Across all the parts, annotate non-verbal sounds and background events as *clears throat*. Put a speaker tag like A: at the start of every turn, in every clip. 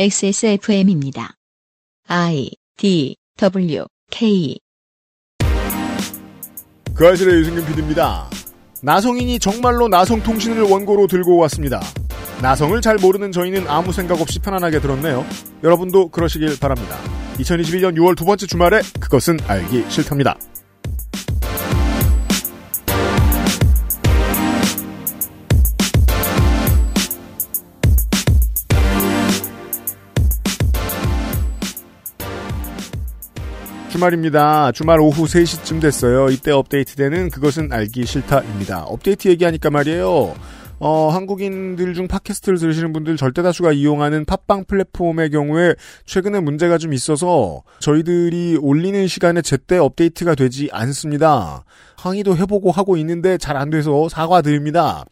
A: XSFM입니다. I D W K
B: 그 아실의 유승균 PD입니다. 나성인이 정말로 나성통신을 원고로 들고 왔습니다. 나성을 잘 모르는 저희는 아무 생각 없이 편안하게 들었네요. 여러분도 그러시길 바랍니다. 2021년 6월 두 번째 주말에 그것은 알기 싫답니다. 주말입니다. 주말 오후 3시쯤 됐어요. 이때 업데이트되는 그것은 알기 싫다입니다. 업데이트 얘기하니까 말이에요. 어, 한국인들 중 팟캐스트를 들으시는 분들 절대 다수가 이용하는 팟빵 플랫폼의 경우에 최근에 문제가 좀 있어서 저희들이 올리는 시간에 제때 업데이트가 되지 않습니다. 항의도 해보고 하고 있는데 잘 안 돼서 사과드립니다.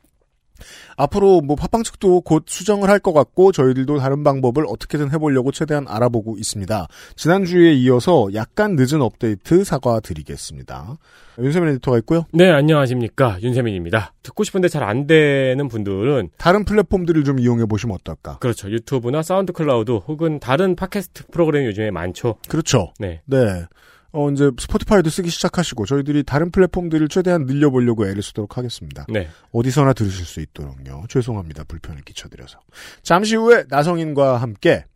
B: 앞으로 뭐 팟빵 측도 곧 수정을 할 것 같고 저희들도 다른 방법을 어떻게든 해보려고 최대한 알아보고 있습니다. 지난주에 이어서 약간 늦은 업데이트 사과드리겠습니다. 윤세민 에디터가 있고요.
C: 네, 안녕하십니까. 윤세민입니다. 듣고 싶은데 잘 안 되는 분들은,
B: 다른 플랫폼들을 좀 이용해 보시면 어떨까?
C: 그렇죠. 유튜브나 사운드 클라우드 혹은 다른 팟캐스트 프로그램이 요즘에 많죠.
B: 그렇죠.
C: 네.
B: 네. 어, 이제 스포티파이도 쓰기 시작하시고 저희들이 다른 플랫폼들을 최대한 늘려보려고 애를 쓰도록 하겠습니다.
C: 네.
B: 어디서나 들으실 수 있도록요. 죄송합니다. 불편을 끼쳐드려서. 잠시 후에 나성인과 함께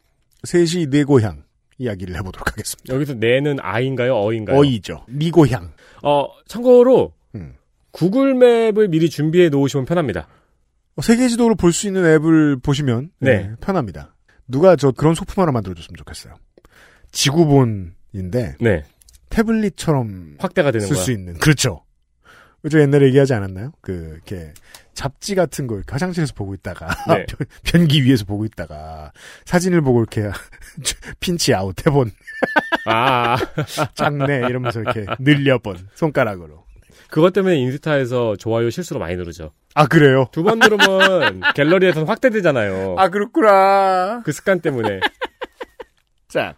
B: 셋이 네 고향 이야기를 해보도록 하겠습니다.
C: 여기서 내는 아인가요? 어인가요?
B: 어이죠. 네 고향.
C: 어, 참고로,
B: 음.
C: 구글맵을 미리 준비해 놓으시면 편합니다.
B: 어, 세계 지도를 볼 수 있는 앱을 보시면
C: 네.
B: 네, 편합니다. 누가 저 그런 소품 하나 만들어줬으면 좋겠어요. 지구본인데
C: 네.
B: 태블릿처럼
C: 확대가 되는
B: 쓸
C: 거야.
B: 수 있는. 그렇죠. 저 옛날에 얘기하지 않았나요? 그, 이렇게, 잡지 같은 걸 이렇게 화장실에서 보고 있다가, *laughs*
C: 네.
B: 변- 변기 위에서 보고 있다가, 사진을 보고 이렇게, *laughs* 핀치 아웃 해본, *laughs*
C: 아, 아.
B: 장내, 이러면서 이렇게 늘려본, 손가락으로.
C: 그것 때문에 인스타에서 좋아요 실수로 많이 누르죠.
B: 아, 그래요?
C: 두 번
B: *laughs*
C: 누르면 갤러리에서는 확대되잖아요.
B: 아, 그렇구나.
C: 그 습관 때문에.
B: 자.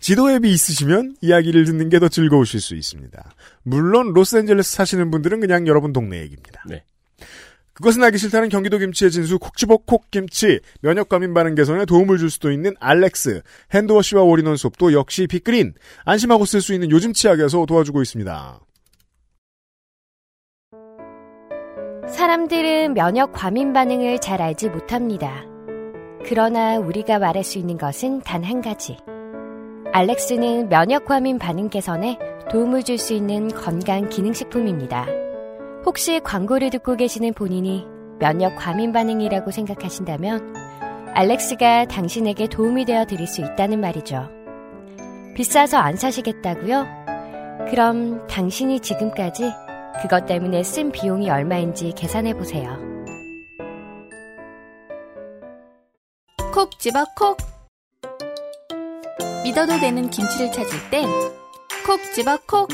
B: 지도 앱이 있으시면 이야기를 듣는 게 더 즐거우실 수 있습니다. 물론 로스앤젤레스 사시는 분들은 그냥 여러분 동네 얘기입니다.
C: 네.
B: 그것은 알기 싫다는 경기도 김치의 진수 콕지복 콕김치 면역 과민 반응 개선에 도움을 줄 수도 있는 알렉스 핸드워시와 올인원 수업도 역시 빅그린 안심하고 쓸 수 있는 요즘 치약에서 도와주고 있습니다.
D: 사람들은 면역 과민 반응을 잘 알지 못합니다. 그러나 우리가 말할 수 있는 것은 단 한 가지. 알렉스는 면역 과민 반응 개선에 도움을 줄 수 있는 건강 기능식품입니다. 혹시 광고를 듣고 계시는 본인이 면역 과민 반응이라고 생각하신다면 알렉스가 당신에게 도움이 되어 드릴 수 있다는 말이죠. 비싸서 안 사시겠다고요? 그럼 당신이 지금까지 그것 때문에 쓴 비용이 얼마인지 계산해 보세요.
E: 콕 집어 콕 믿어도 되는 김치를 찾을 땐 콕 집어 콕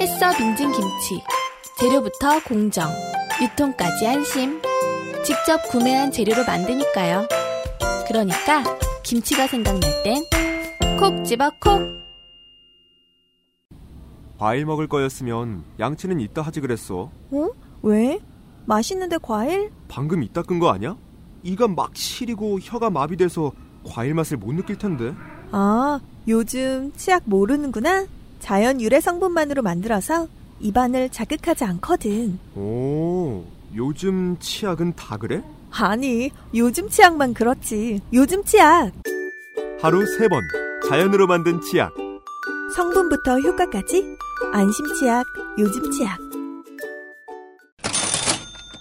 E: 햇서 빙진 김치 재료부터 공정 유통까지 안심 직접 구매한 재료로 만드니까요 그러니까 김치가 생각날 땐 콕 집어 콕
F: 과일 먹을 거였으면 양치는 이따 하지 그랬어.
G: 왜? 맛있는데 과일?
F: 방금 이따 끈 거 아니야? 이가 막 시리고 혀가 마비돼서 과일 맛을 못 느낄 텐데.
G: 아, 요즘 치약 모르는구나. 자연 유래 성분만으로 만들어서 입안을 자극하지 않거든.
F: 오, 요즘 치약은 다 그래?
G: 아니, 요즘 치약만 그렇지. 요즘 치약.
F: 하루 세 번 자연으로 만든 치약.
G: 성분부터 효과까지. 안심 치약, 요즘 치약.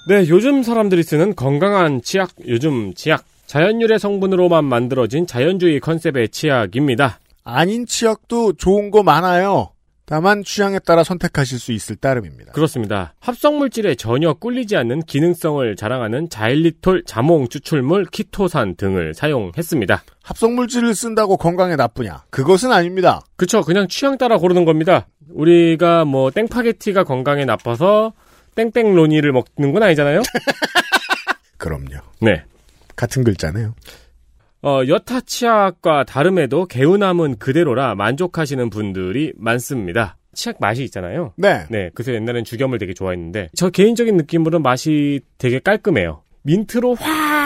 C: 네, 요즘 사람들이 쓰는 건강한 치약, 요즘 치약. 자연유래 성분으로만 만들어진 자연주의 컨셉의 치약입니다.
B: 아닌 치약도 좋은 거 많아요. 다만 취향에 따라 선택하실 수 있을 따름입니다.
C: 그렇습니다. 합성물질에 전혀 꿀리지 않는 기능성을 자랑하는 자일리톨, 자몽, 추출물, 키토산 등을 사용했습니다.
B: 합성물질을 쓴다고 건강에 나쁘냐? 그것은 아닙니다.
C: 그쵸, 그냥 취향 따라 고르는 겁니다. 우리가 뭐 땡파게티가 건강에 나빠서 땡땡로니를 먹는 건 아니잖아요?
B: 그럼요.
C: 네.
B: 같은 글자네요.
C: 어, 여타 치약과 다름에도 개운함은 그대로라 만족하시는 분들이 많습니다. 치약 맛이 있잖아요.
B: 네.
C: 네, 그래서 옛날엔 죽염을 되게 좋아했는데 저 개인적인 느낌으로 맛이 되게 깔끔해요. 민트로 확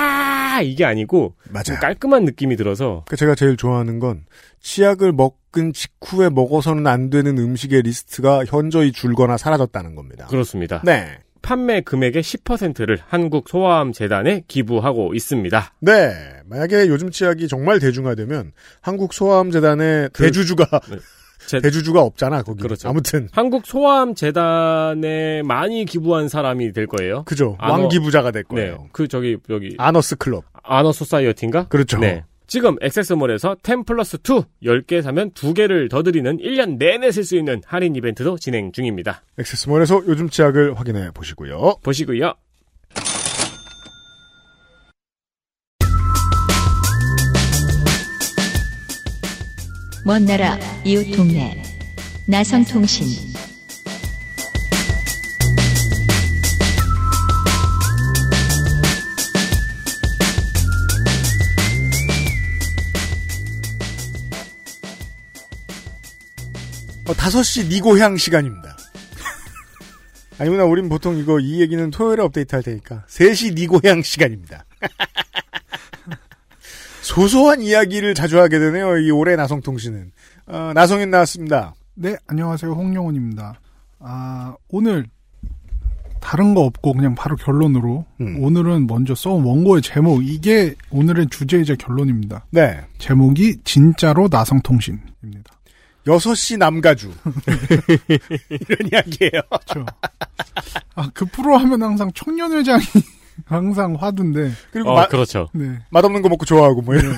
C: 아 이게 아니고 좀
B: 맞아요.
C: 깔끔한 느낌이 들어서
B: 그 제가 제일 좋아하는 건 치약을 먹은 직후에 먹어서는 안 되는 음식의 리스트가 현저히 줄거나 사라졌다는 겁니다.
C: 그렇습니다.
B: 네.
C: 판매 금액의 10%를 한국 소아암 재단에 기부하고 있습니다.
B: 네. 만약에 요즘 치약이 정말 대중화되면 한국 소아암 재단의
C: 그-
B: 대주주가 *laughs*
C: 제-
B: 대주주가 없잖아 거기.
C: 그렇죠.
B: 아무튼
C: 한국 소아암 재단에 많이 기부한 사람이 될 거예요.
B: 그죠.
C: 아너-
B: 왕기부자가 될
C: 네,
B: 거예요.
C: 그 저기 여기
B: 아너스 클럽.
C: 아너 소사이어티인가?
B: 그렇죠.
C: 네. 지금 액세스몰에서 10 플러스 2, 10개 사면 2개를 더 드리는 1년 내내 쓸 수 있는 할인 이벤트도 진행 중입니다.
B: 액세스몰에서 요즘 치약을 확인해 보시고요.
C: 보시고요.
A: 먼 나라 이웃 동네 나성통신
B: 어, 5시 니고향 시간입니다. *laughs* 아니구나, 우린 보통 이거, 이 얘기는 토요일에 업데이트 할 테니까. 3시 니고향 시간입니다. *laughs* 소소한 이야기를 자주 하게 되네요, 이 올해 나성통신은. 어, 나성인 나왔습니다.
H: 네, 안녕하세요. 홍영훈입니다. 아, 오늘 다른 거 없고 그냥 바로 결론으로
B: 음.
H: 오늘은 먼저 써온 원고의 제목 이게 오늘의 주제이자 결론입니다.
B: 네.
H: 제목이 진짜로 나성통신입니다.
B: 6시 남가주. *laughs* 이런 이야기예요
H: 그렇죠. 아, 그 프로 하면 항상 청년회장이 *laughs* 항상 화두인데.
C: *laughs*
B: 그리고 맛
C: 그렇죠.
H: 네.
B: 맛없는 거 먹고 좋아하고 뭐 이런.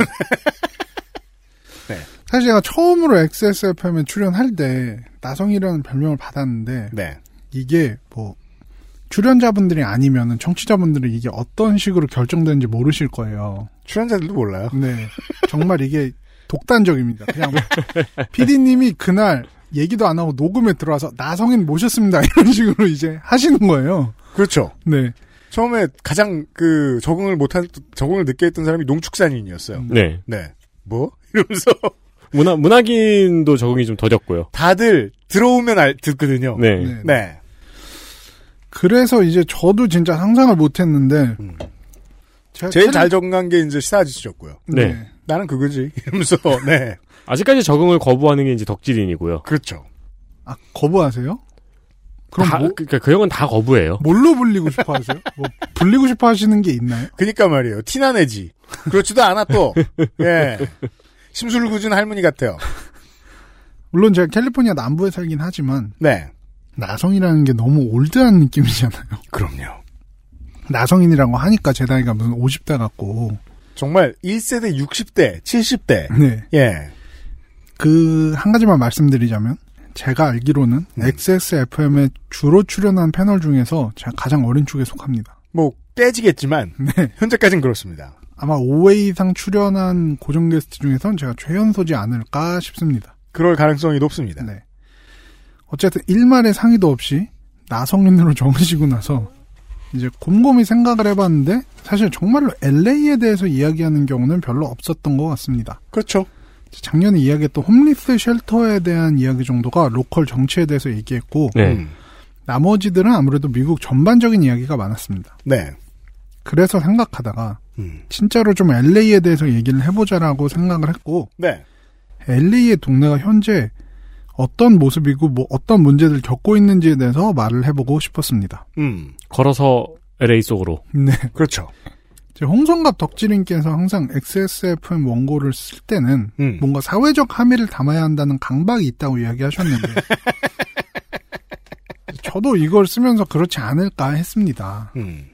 H: 사실 제가 처음으로 XSFM에 출연할 때 나성이라는 별명을 받았는데
B: 네.
H: 이게 뭐 출연자분들이 아니면은 청취자분들은 이게 어떤 식으로 결정되는지 모르실 거예요.
B: 출연자들도 몰라요. *laughs*
H: 네. 정말 이게 독단적입니다. 그냥 PD님이 그날 얘기도 안 하고 녹음에 들어와서 나성인 모셨습니다. *laughs* 이런 식으로 이제 하시는 거예요.
B: 그렇죠.
H: 네.
B: 처음에 가장 그 적응을 못한, 적응을 늦게 했던 사람이 농축산인이었어요.
C: 네.
B: 네. 뭐? 이러면서 *laughs*
C: 문화, 문학인도 적응이 좀 더뎠고요.
B: 다들 들어오면 알, 듣거든요.
C: 네.
H: 네.
B: 네.
H: 그래서 이제 저도 진짜 상상을 못 했는데
B: 음.
H: 제가
B: 제일
H: 텔레-
B: 잘 적응한 게 이제 시사지셨고요.
H: 네.
C: 네.
B: 나는 그거지. *laughs* 이러면서 네.
C: 아직까지 적응을 거부하는 게 이제 덕질인이고요.
B: 그렇죠.
H: 아, 거부하세요? 그럼
C: 다,
H: 뭐,
C: 그러니까 그 형은 다 거부해요.
H: 뭘로 불리고 싶어 하세요? 뭐 불리고 싶어 하시는 게 있나요?
B: 그니까 말이에요. 티나 내지. 그렇지도 않아
H: *laughs*
B: 또. 예. 심술 궂은 할머니 같아요.
H: 물론 제가 캘리포니아 남부에 살긴 하지만
B: 네.
H: 나성이라는 게 너무 올드한 느낌이잖아요. *laughs*
B: 그럼요.
H: 나성인이라고 하니까 제 나이가 무슨 50대 같고.
B: 정말 1세대 60대, 70대.
H: 네.
B: 예.
H: 그 한 가지만 말씀드리자면 제가 알기로는
B: 음.
H: XSFM에 주로 출연한 패널 중에서 제가 가장 어린 축에 속합니다.
B: 뭐 깨지겠지만
H: 네.
B: 현재까진 그렇습니다.
H: 아마 5회 이상 출연한 고정 게스트 중에선 제가 최연소지 않을까 싶습니다.
B: 그럴 가능성이 높습니다.
H: 네. 어쨌든 일말의 상의도 없이 나성인으로 *laughs* 정하시고 나서 이제 곰곰이 생각을 해봤는데 사실 정말로 LA에 대해서 이야기하는 경우는 별로 없었던 것 같습니다.
B: 그렇죠.
H: 작년에 이야기했던 홈리스 쉘터에 대한 이야기 정도가 로컬 정치에 대해서 얘기했고
C: 네.
B: 음.
H: 나머지들은 아무래도 미국 전반적인 이야기가 많았습니다.
B: 네.
H: 그래서 생각하다가
B: 음.
H: 진짜로 좀 LA에 대해서 얘기를 해보자라고 생각을 했고
B: 네.
H: LA의 동네가 현재 어떤 모습이고 뭐 어떤 문제들 겪고 있는지에 대해서 말을 해보고 싶었습니다.
B: 음.
C: 걸어서 LA 속으로.
H: 네. *laughs*
B: 그렇죠.
H: 제 홍성갑 덕질인께서 항상 XSFM 원고를 쓸 때는
B: 음.
H: 뭔가 사회적 함의를 담아야 한다는 강박이 있다고 이야기하셨는데 저도 이걸 쓰면서 그렇지 않을까 했습니다.
B: 음.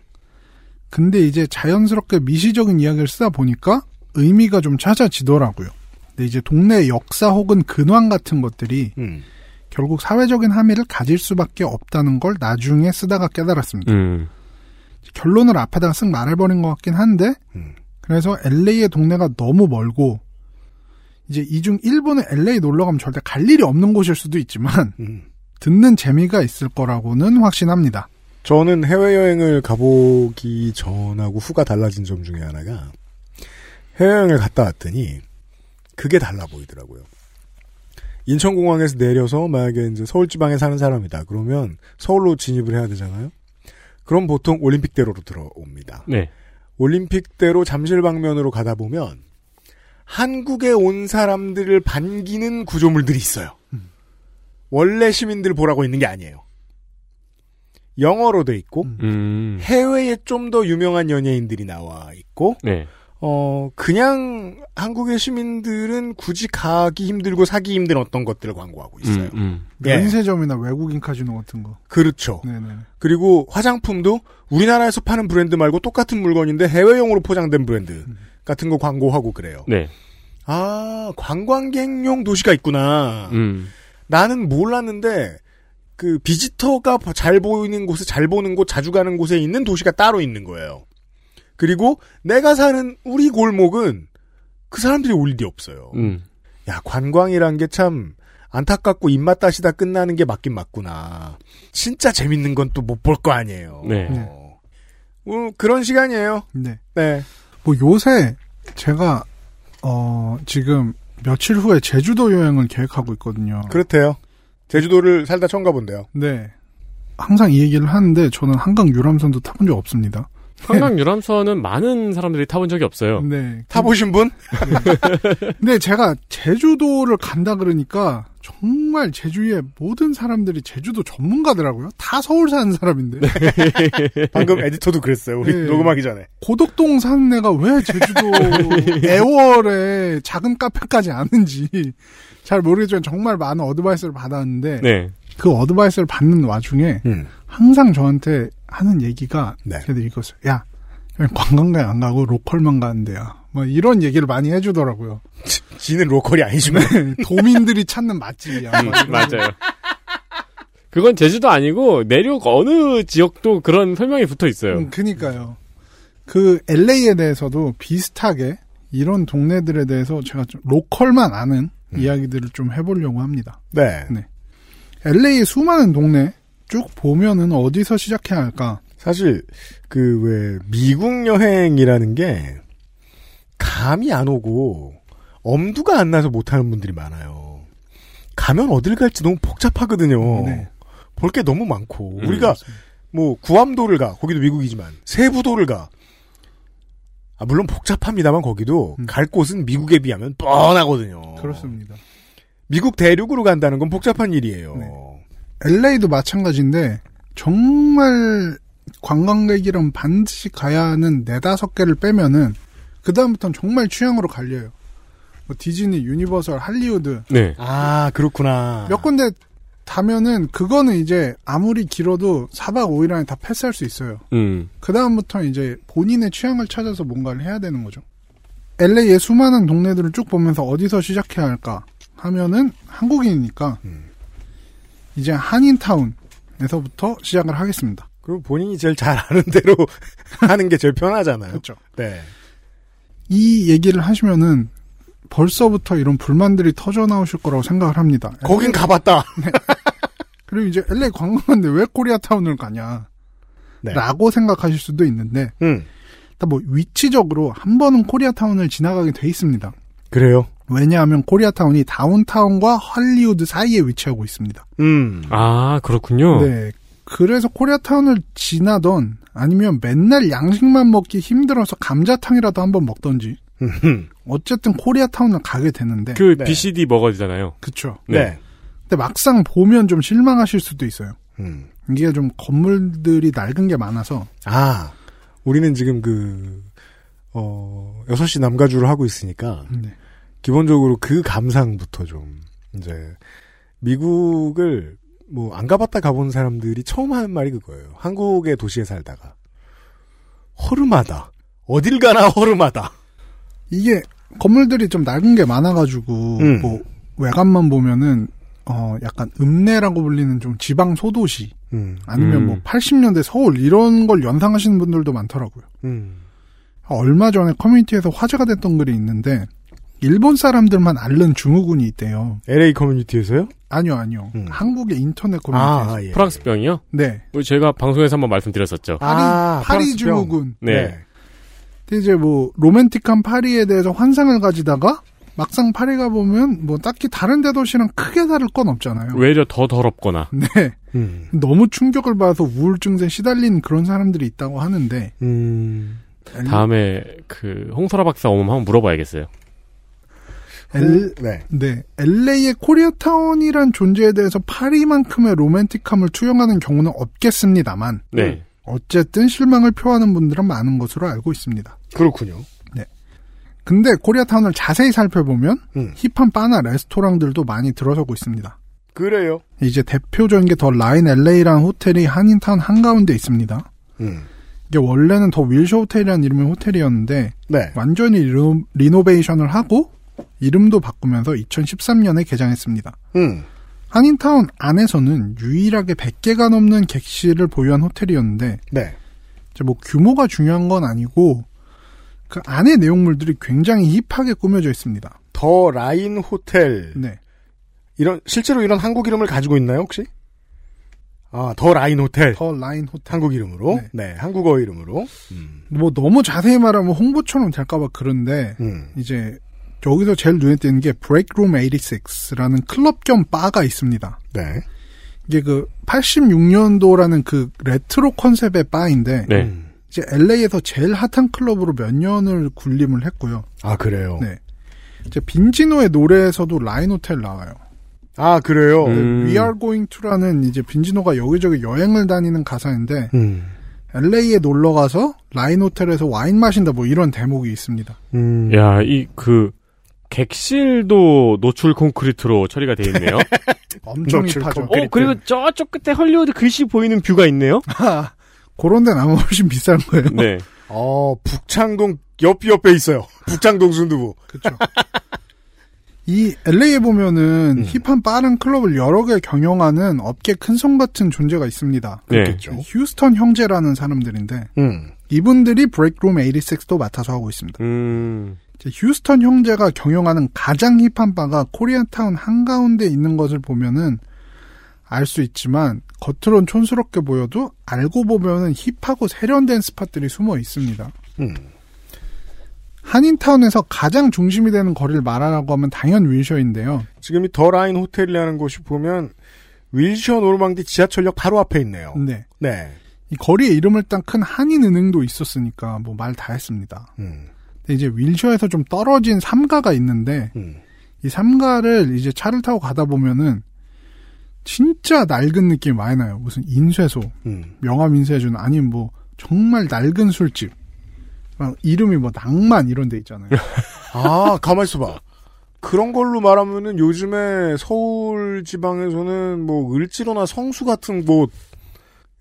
H: 근데 이제 자연스럽게 미시적인 이야기를 쓰다 보니까 의미가 좀 찾아지더라고요. 근데 이제 동네의 역사 혹은 근황 같은 것들이
B: 음.
H: 결국 사회적인 함의를 가질 수밖에 없다는 걸 나중에 쓰다가 깨달았습니다.
C: 음.
H: 결론을 앞에다가 쓱 말해버린 것 같긴 한데
B: 음.
H: 그래서 LA의 동네가 너무 멀고 이제 이 중 일부는 LA 놀러 가면 절대 갈 일이 없는 곳일 수도 있지만
B: 음.
H: 듣는 재미가 있을 거라고는 확신합니다.
B: 저는 해외여행을 가보기 전하고 후가 달라진 점 중에 하나가 해외여행을 갔다 왔더니 그게 달라 보이더라고요. 인천공항에서 내려서 만약에 이제 서울지방에 사는 사람이다. 그러면 서울로 진입을 해야 되잖아요. 그럼 보통 올림픽대로로 들어옵니다.
C: 네.
B: 올림픽대로 잠실방면으로 가다 보면 한국에 온 사람들을 반기는 구조물들이 있어요.
C: 음.
B: 원래 시민들 보라고 있는 게 아니에요. 영어로 돼 있고
C: 음.
B: 해외에 좀 더 유명한 연예인들이 나와 있고
C: 네.
B: 어 그냥 한국의 시민들은 굳이 가기 힘들고 사기 힘든 어떤 것들을 광고하고 있어요.
C: 음, 음.
B: 예.
H: 면세점이나 외국인 카지노 같은 거.
B: 그렇죠.
H: 네네.
B: 그리고 화장품도 우리나라에서 파는 브랜드 말고 똑같은 물건인데 해외용으로 포장된 브랜드
C: 음.
B: 같은 거 광고하고 그래요.
C: 네.
B: 아, 관광객용 도시가 있구나.
C: 음.
B: 나는 몰랐는데 그 비지터가 잘 보이는 곳에 잘 보는 곳 자주 가는 곳에 있는 도시가 따로 있는 거예요. 그리고 내가 사는 우리 골목은 그 사람들이 올 일이 없어요.
C: 음.
B: 야, 관광이란 게 참 안타깝고 입맛 따시다 끝나는 게 맞긴 맞구나. 진짜 재밌는 건 또 못 볼 거 아니에요.
C: 네.
H: 네.
B: 어, 음, 그런 시간이에요.
H: 네.
B: 네.
H: 뭐 요새 제가 어 지금 며칠 후에 제주도 여행을 계획하고 있거든요.
B: 그렇대요. 제주도를 살다 처음 가본대요.
H: 네. 항상 이 얘기를 하는데 저는 한강 유람선도 타본 적 없습니다.
C: 한강 유람선은 많은 사람들이 타본 적이 없어요.
H: 네.
B: 타보신 분?
H: 근데 제가 제주도를 간다 그러니까 정말 제주의 모든 사람들이 제주도 전문가더라고요. 다 서울 사는 사람인데
C: 네.
B: 방금
H: 예.
B: 에디터도 그랬어요. 우리
H: 네.
B: 녹음하기 전에.
H: 고덕동 사는 애가
C: *laughs*
H: 왜 제주도 애월에 작은 카페까지 아는지 잘 모르겠지만 정말 많은 어드바이스를 받았는데
C: 네.
H: 그 어드바이스를 받는 와중에 항상 저한테 하는 얘기가
B: 네.
H: 그래도 이거였어요. 야, 여기 관광가에 안 가고 로컬만 가는데야. 뭐 이런 얘기를 많이 해주더라고요.
B: 지는 로컬이 아니지만
H: 네. 도민들이 찾는 맛집이야.
B: *laughs* 네.
C: 음, 맞아요. 그건 제주도 아니고 내륙 어느 지역도 그런 설명이 붙어 있어요.
H: 음, 그니까요. 그 LA에 대해서도 비슷하게 이런 동네들에 대해서 제가 좀 로컬만 아는 이야기들을 좀 해보려고 합니다.
B: 네.
H: LA의 수많은 동네 쭉 보면은 어디서 시작해야 할까?
B: 사실 그 왜 미국 여행이라는 게 감이 안 오고 엄두가 안 나서 못 하는 분들이 많아요. 가면 어딜 갈지 너무 복잡하거든요.
H: 네.
B: 볼 게 너무 많고
C: 음,
B: 우리가 뭐 구암도를 가 거기도 미국이지만 세부도를 가 아, 물론 복잡합니다만 거기도
H: 음.
B: 갈 곳은 미국에 비하면 뻔하거든요.
H: 그렇습니다.
B: 미국 대륙으로 간다는 건 복잡한 일이에요.
H: 네. LA도 마찬가지인데 정말 관광객이랑 반드시 가야 하는 네다섯 개를 빼면은 그 다음부터는 정말 취향으로 갈려요. 뭐 디즈니, 유니버설, 할리우드
C: 네.
B: 아 그렇구나.
H: 몇 군데 가면은 그거는 이제 아무리 길어도 4박 5일 안에 다 패스할 수 있어요.
C: 음.
H: 그 다음부터 이제 본인의 취향을 찾아서 뭔가를 해야 되는 거죠. LA의 수많은 동네들을 쭉 보면서 어디서 시작해야 할까 하면은 한국인이니까 이제 한인타운에서부터 시작을 하겠습니다.
B: 그럼 본인이 제일 잘 아는 대로 *laughs* 하는 게 제일 편하잖아요.
H: 그렇죠.
B: 네.
H: 이 얘기를 하시면은 벌써부터 이런 불만들이 터져 나오실 거라고 생각을 합니다.
B: 거긴 가봤다.
H: 그리고 이제 LA 관광인데 왜 코리아타운을 가냐?
B: 네.
H: 라고 생각하실 수도 있는데
B: 음.
H: 일단 뭐 위치적으로 한 번은 코리아타운을 지나가게 돼 있습니다.
B: 그래요.
H: 왜냐하면 코리아타운이 다운타운과 할리우드 사이에 위치하고 있습니다.
B: 음.
C: 아, 그렇군요.
B: 어.
H: 네. 그래서 코리아타운을 지나던 아니면 맨날 양식만 먹기 힘들어서 감자탕이라도 한번 먹던지 어쨌든 코리아타운을 가게 되는데
C: 그
B: 네.
C: BCD 먹어지잖아요.
H: 그쵸.
B: 네.
H: 근데 막상 보면 좀 실망하실 수도 있어요.
B: 음.
H: 이게 좀 건물들이 낡은 게 많아서
B: 아, 우리는 지금 그, 어, 6시 남가주를 하고 있으니까,
H: 네.
B: 기본적으로 그 감상부터 좀, 이제, 미국을, 뭐, 안 가봤다 가본 사람들이 처음 하는 말이 그거예요. 한국의 도시에 살다가. 허름하다. 어딜 가나 허름하다.
H: 이게 건물들이 좀 낡은 게 많아가지고
B: 음.
H: 뭐 외관만 보면은 어 약간 읍내라고 불리는 좀 지방 소도시
B: 음,
H: 아니면
C: 음.
H: 뭐 80년대 서울 이런 걸 연상하시는 분들도 많더라고요.
B: 음,
H: 얼마 전에 커뮤니티에서 화제가 됐던 글이 있는데 일본 사람들만 앓는 증후군이 있대요.
B: LA 커뮤니티에서요?
H: 아니요, 아니요.
B: 음.
H: 한국의 인터넷 커뮤니티에서.
B: 예.
C: 프랑스 병이요?
H: 네.
C: 우리 제가 방송에서 한번 말씀드렸었죠.
H: 파리,
B: 아,
H: 파리
B: 프랑스
H: 증후군.
C: 네.
H: 근데 이제 뭐 로맨틱한 파리에 대해서 환상을 가지다가 막상 파리 가보면 뭐 딱히 다른 대도시랑 크게 다를 건 없잖아요.
C: 외려 더 더럽거나.
H: 네.
B: 음.
H: 너무 충격을 받아서 우울증세 시달린 그런 사람들이 있다고 하는데
B: 음.
C: 다음에 그 홍설아 박사 오면 한번 물어봐야겠어요.
H: 엘,
B: 네.
H: 네, LA의 코리아타운이란 존재에 대해서 파리만큼의 로맨틱함을 투영하는 경우는 없겠습니다만
C: 네.
H: 어쨌든 실망을 표하는 분들은 많은 것으로 알고 있습니다.
B: 그렇군요.
H: 근데 코리아타운을 자세히 살펴보면
B: 음.
H: 힙한 바나 레스토랑들도 많이 들어서고 있습니다.
B: 그래요.
H: 이제 대표적인 게 더 라인 LA라는 호텔이 한인타운 한가운데 있습니다.
B: 음.
H: 이게 원래는 더 윌셔 호텔이라는 이름의 호텔이었는데
B: 네.
H: 완전히 리노, 리노베이션을 하고 이름도 바꾸면서 2013년에 개장했습니다.
B: 음.
H: 한인타운 안에서는 유일하게 100개가 넘는 객실을 보유한 호텔이었는데
B: 네.
H: 이제 뭐 규모가 중요한 건 아니고 그 안의 내용물들이 굉장히 힙하게 꾸며져 있습니다.
B: 더 라인 호텔.
H: 네.
B: 이런 실제로 이런 한국 이름을 가지고 있나요, 혹시? 아, 더 라인 호텔.
H: 더 라인 호텔.
B: 한국 이름으로.
H: 네.
B: 네. 한국어 이름으로. 음.
H: 뭐 너무 자세히 말하면 홍보처럼 될까봐 그런데
B: 음.
H: 이제 여기서 제일 눈에 띄는 게 브레이크룸 86라는 클럽 겸 바가 있습니다.
B: 네.
H: 이게 그 86년도라는 그 레트로 컨셉의 바인데
C: 네.
B: 음.
H: 이제 LA에서 제일 핫한 클럽으로 몇 년을 군림을 했고요.
B: 아, 그래요.
H: 네. 이제 빈지노의 노래에서도 라인 호텔 나와요. 네,
B: 아, 그래요.
C: 음.
H: We are going to라는 이제 빈지노가 여기저기 여행을 다니는 가사인데
B: 음.
H: LA에 놀러 가서 라인 호텔에서 와인 마신다 뭐 이런 대목이 있습니다.
B: 음.
C: 야, 이 그 객실도 노출 콘크리트로 처리가 돼
B: *laughs*
C: 있네요.
H: 엄청
B: 노출
H: 힙하죠.
B: 콘크리트.
C: 어, 그리고 저쪽 끝에 헐리우드 글씨 보이는 뷰가 있네요.
B: *laughs*
H: 그런 데는 아마 훨씬 비싼 거예요.
C: 네.
B: 어, 북창동 옆 옆에 있어요. *laughs* 북창동 순두부.
H: 그렇죠. 이 LA에 보면은
B: 음.
H: 힙한 바랑 클럽을 여러 개 경영하는 업계 큰손 같은 존재가 있습니다.
C: 네.
B: 그렇겠죠.
H: 휴스턴 형제라는 사람들인데
B: 음.
H: 이분들이 브레이크룸 86도 맡아서 하고 있습니다.
C: 음.
H: 이제 휴스턴 형제가 경영하는 가장 힙한 바가 코리아타운 한가운데 있는 것을 보면은 알 수 있지만 겉으론 촌스럽게 보여도 알고 보면은 힙하고 세련된 스팟들이 숨어 있습니다.
B: 음.
H: 한인타운에서 가장 중심이 되는 거리를 말하라고 하면 당연 윌셔인데요.
B: 지금 이 더 라인 호텔이라는 곳이 보면 윌셔 노르망디 지하철역 바로 앞에 있네요.
H: 네.
B: 네.
H: 이 거리에 이름을 딴 큰 한인은행도 있었으니까 뭐 말 다 했습니다.
B: 음.
H: 근데 이제 윌셔에서 좀 떨어진 삼가가 있는데
B: 음.
H: 이 삼가를 이제 차를 타고 가다 보면은 진짜 낡은 느낌이 많이 나요. 무슨 인쇄소,
B: 음.
H: 명함 인쇄준 아니면 뭐 정말 낡은 술집. 막 이름이 뭐 낭만 이런 데 있잖아요.
B: 그 아, 가만 있어봐. 그런 걸로 말하면은 요즘에 서울 지방에서는 뭐 을지로나 성수 같은 곳,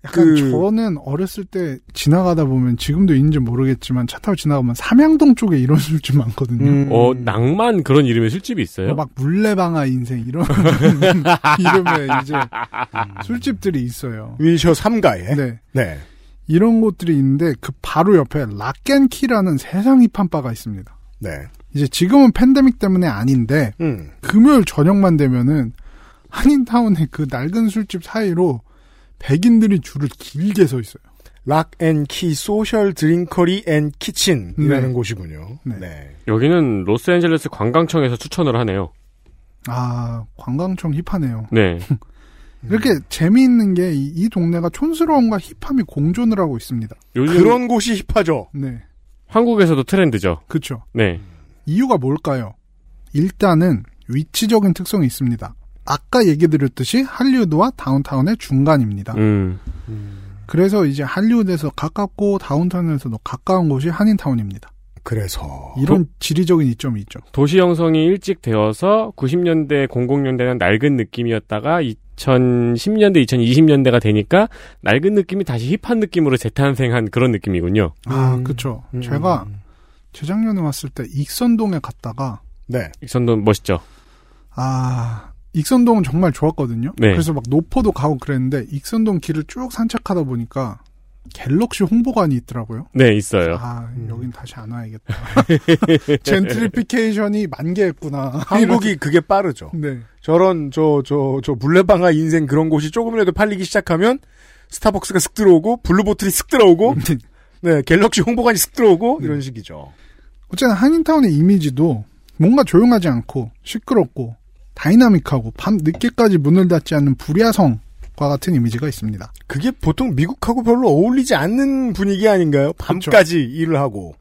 H: 약간
B: 그-
H: 저는 어렸을 때 지나가다 보면 지금도 있는지 모르겠지만 차 타고 지나가면 삼양동 쪽에 이런 술집 많거든요.
B: 음.
C: 어, 낭만 그런 이름의 술집이 있어요?
H: 막 물레방아 인생 이런 *laughs* 이름의 이제 술집들이 있어요.
B: 윌셔
C: 예?
B: 3가에.
H: 네.
B: 네.
H: 이런 곳들이 있는데 그 바로 옆에 락앤키라는 세상 힙한 바가 있습니다.
B: 네.
H: 이제 지금은 팬데믹 때문에 아닌데
B: 음.
H: 금요일 저녁만 되면은 한인타운의 그 낡은 술집 사이로 백인들이 줄을 길게 서 있어요.
B: 락앤키 소셜 드링커리 앤 키친이라는
H: 네.
B: 곳이군요.
H: 네.
B: 네.
C: 여기는 로스앤젤레스 관광청에서 추천을 하네요.
H: 아 관광청 힙하네요.
B: *laughs*
C: 네.
H: 이렇게 재미있는 게 이 동네가 촌스러움과 힙함이 공존을 하고 있습니다.
C: 요즘
B: 그런 곳이 힙하죠.
H: 네,
C: 한국에서도 트렌드죠.
H: 그렇죠.
C: 네.
H: 이유가 뭘까요? 일단은 위치적인 특성이 있습니다. 아까 얘기 드렸듯이 할리우드와 다운타운의 중간입니다.
C: 음.
H: 그래서 이제 할리우드에서 가깝고 다운타운에서도 가까운 곳이 한인타운입니다.
B: 그래서.
H: 이런 지리적인 이점이 있죠.
C: 도시 형성이 일찍 되어서 90년대, 00년대는 낡은 느낌이었다가 2010년대, 2020년대가 되니까 낡은 느낌이 다시 힙한 느낌으로 재탄생한 그런 느낌이군요.
H: 아,
B: 음.
H: 그쵸.
B: 음.
H: 제가 재작년에 왔을 때 익선동에 갔다가,
B: 네.
C: 익선동 멋있죠.
H: 아, 익선동은 정말 좋았거든요.
C: 네.
H: 그래서 막 노포도 가고 그랬는데, 익선동 길을 쭉 산책하다 보니까, 갤럭시 홍보관이 있더라고요.
C: 네, 있어요.
H: 아,
B: 음.
H: 여긴 다시
B: *laughs*
H: 안 와야겠다. 젠트리피케이션이
B: *laughs*
H: 만개했구나.
B: 한국이 그게 빠르죠.
H: 네.
B: 저런 저 저 저 물레방아 인생 그런 곳이 조금이라도 팔리기 시작하면 스타벅스가 쓱 들어오고 블루보틀이 쓱 들어오고 네 갤럭시 홍보관이 쓱 들어오고 이런 식이죠.
H: 어쨌든 한인타운의 이미지도 뭔가 조용하지 않고 시끄럽고 다이나믹하고 밤 늦게까지 문을 닫지 않는 불야성 과 같은 이미지가 있습니다.
B: 그게 보통 미국하고 별로 어울리지 않는 분위기 아닌가요? 밤까지 일을 하고.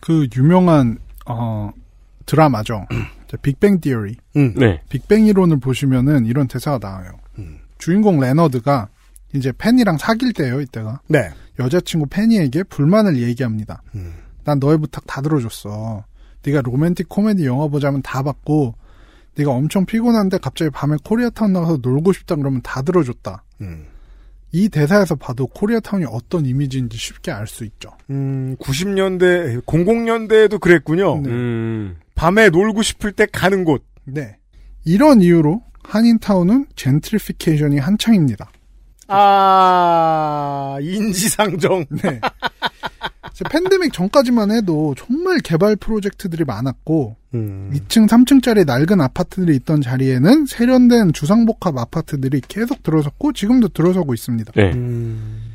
H: 그 유명한 어,
B: *clears throat*
H: 드라마죠. 이제 빅뱅 디어리.
B: 음.
C: 네.
H: 빅뱅 이론을 보시면은 이런 대사가 나와요.
B: 음.
H: 주인공 레너드가 이제 pen이랑 사귈 때예요, 이때가.
B: 네.
H: 여자친구 펜이에게 불만을 얘기합니다.
B: 음.
H: 난 너의 부탁 다 들어줬어. 네가 로맨틱 코미디 영화 보자면 다 봤고 네가 엄청 피곤한데 갑자기 밤에 코리아타운 나가서 놀고 싶다 그러면 다 들어줬다.
B: 음.
H: 이 대사에서 봐도 코리아타운이 어떤 이미지인지 쉽게 알 수 있죠.
B: 음, 90년대, 00년대에도 그랬군요.
H: 네.
C: 음.
B: 밤에 놀고 싶을 때 가는 곳.
H: 네. 이런 이유로 한인타운은 젠트리피케이션이 한창입니다.
B: 아, 인지상정.
H: 네. 이제 *laughs* 팬데믹 전까지만 해도 정말 개발 프로젝트들이 많았고
B: 음.
H: 2층, 3층짜리 낡은 아파트들이 있던 자리에는 세련된 주상복합 아파트들이 계속 들어섰고 지금도 들어서고 있습니다.
C: 네.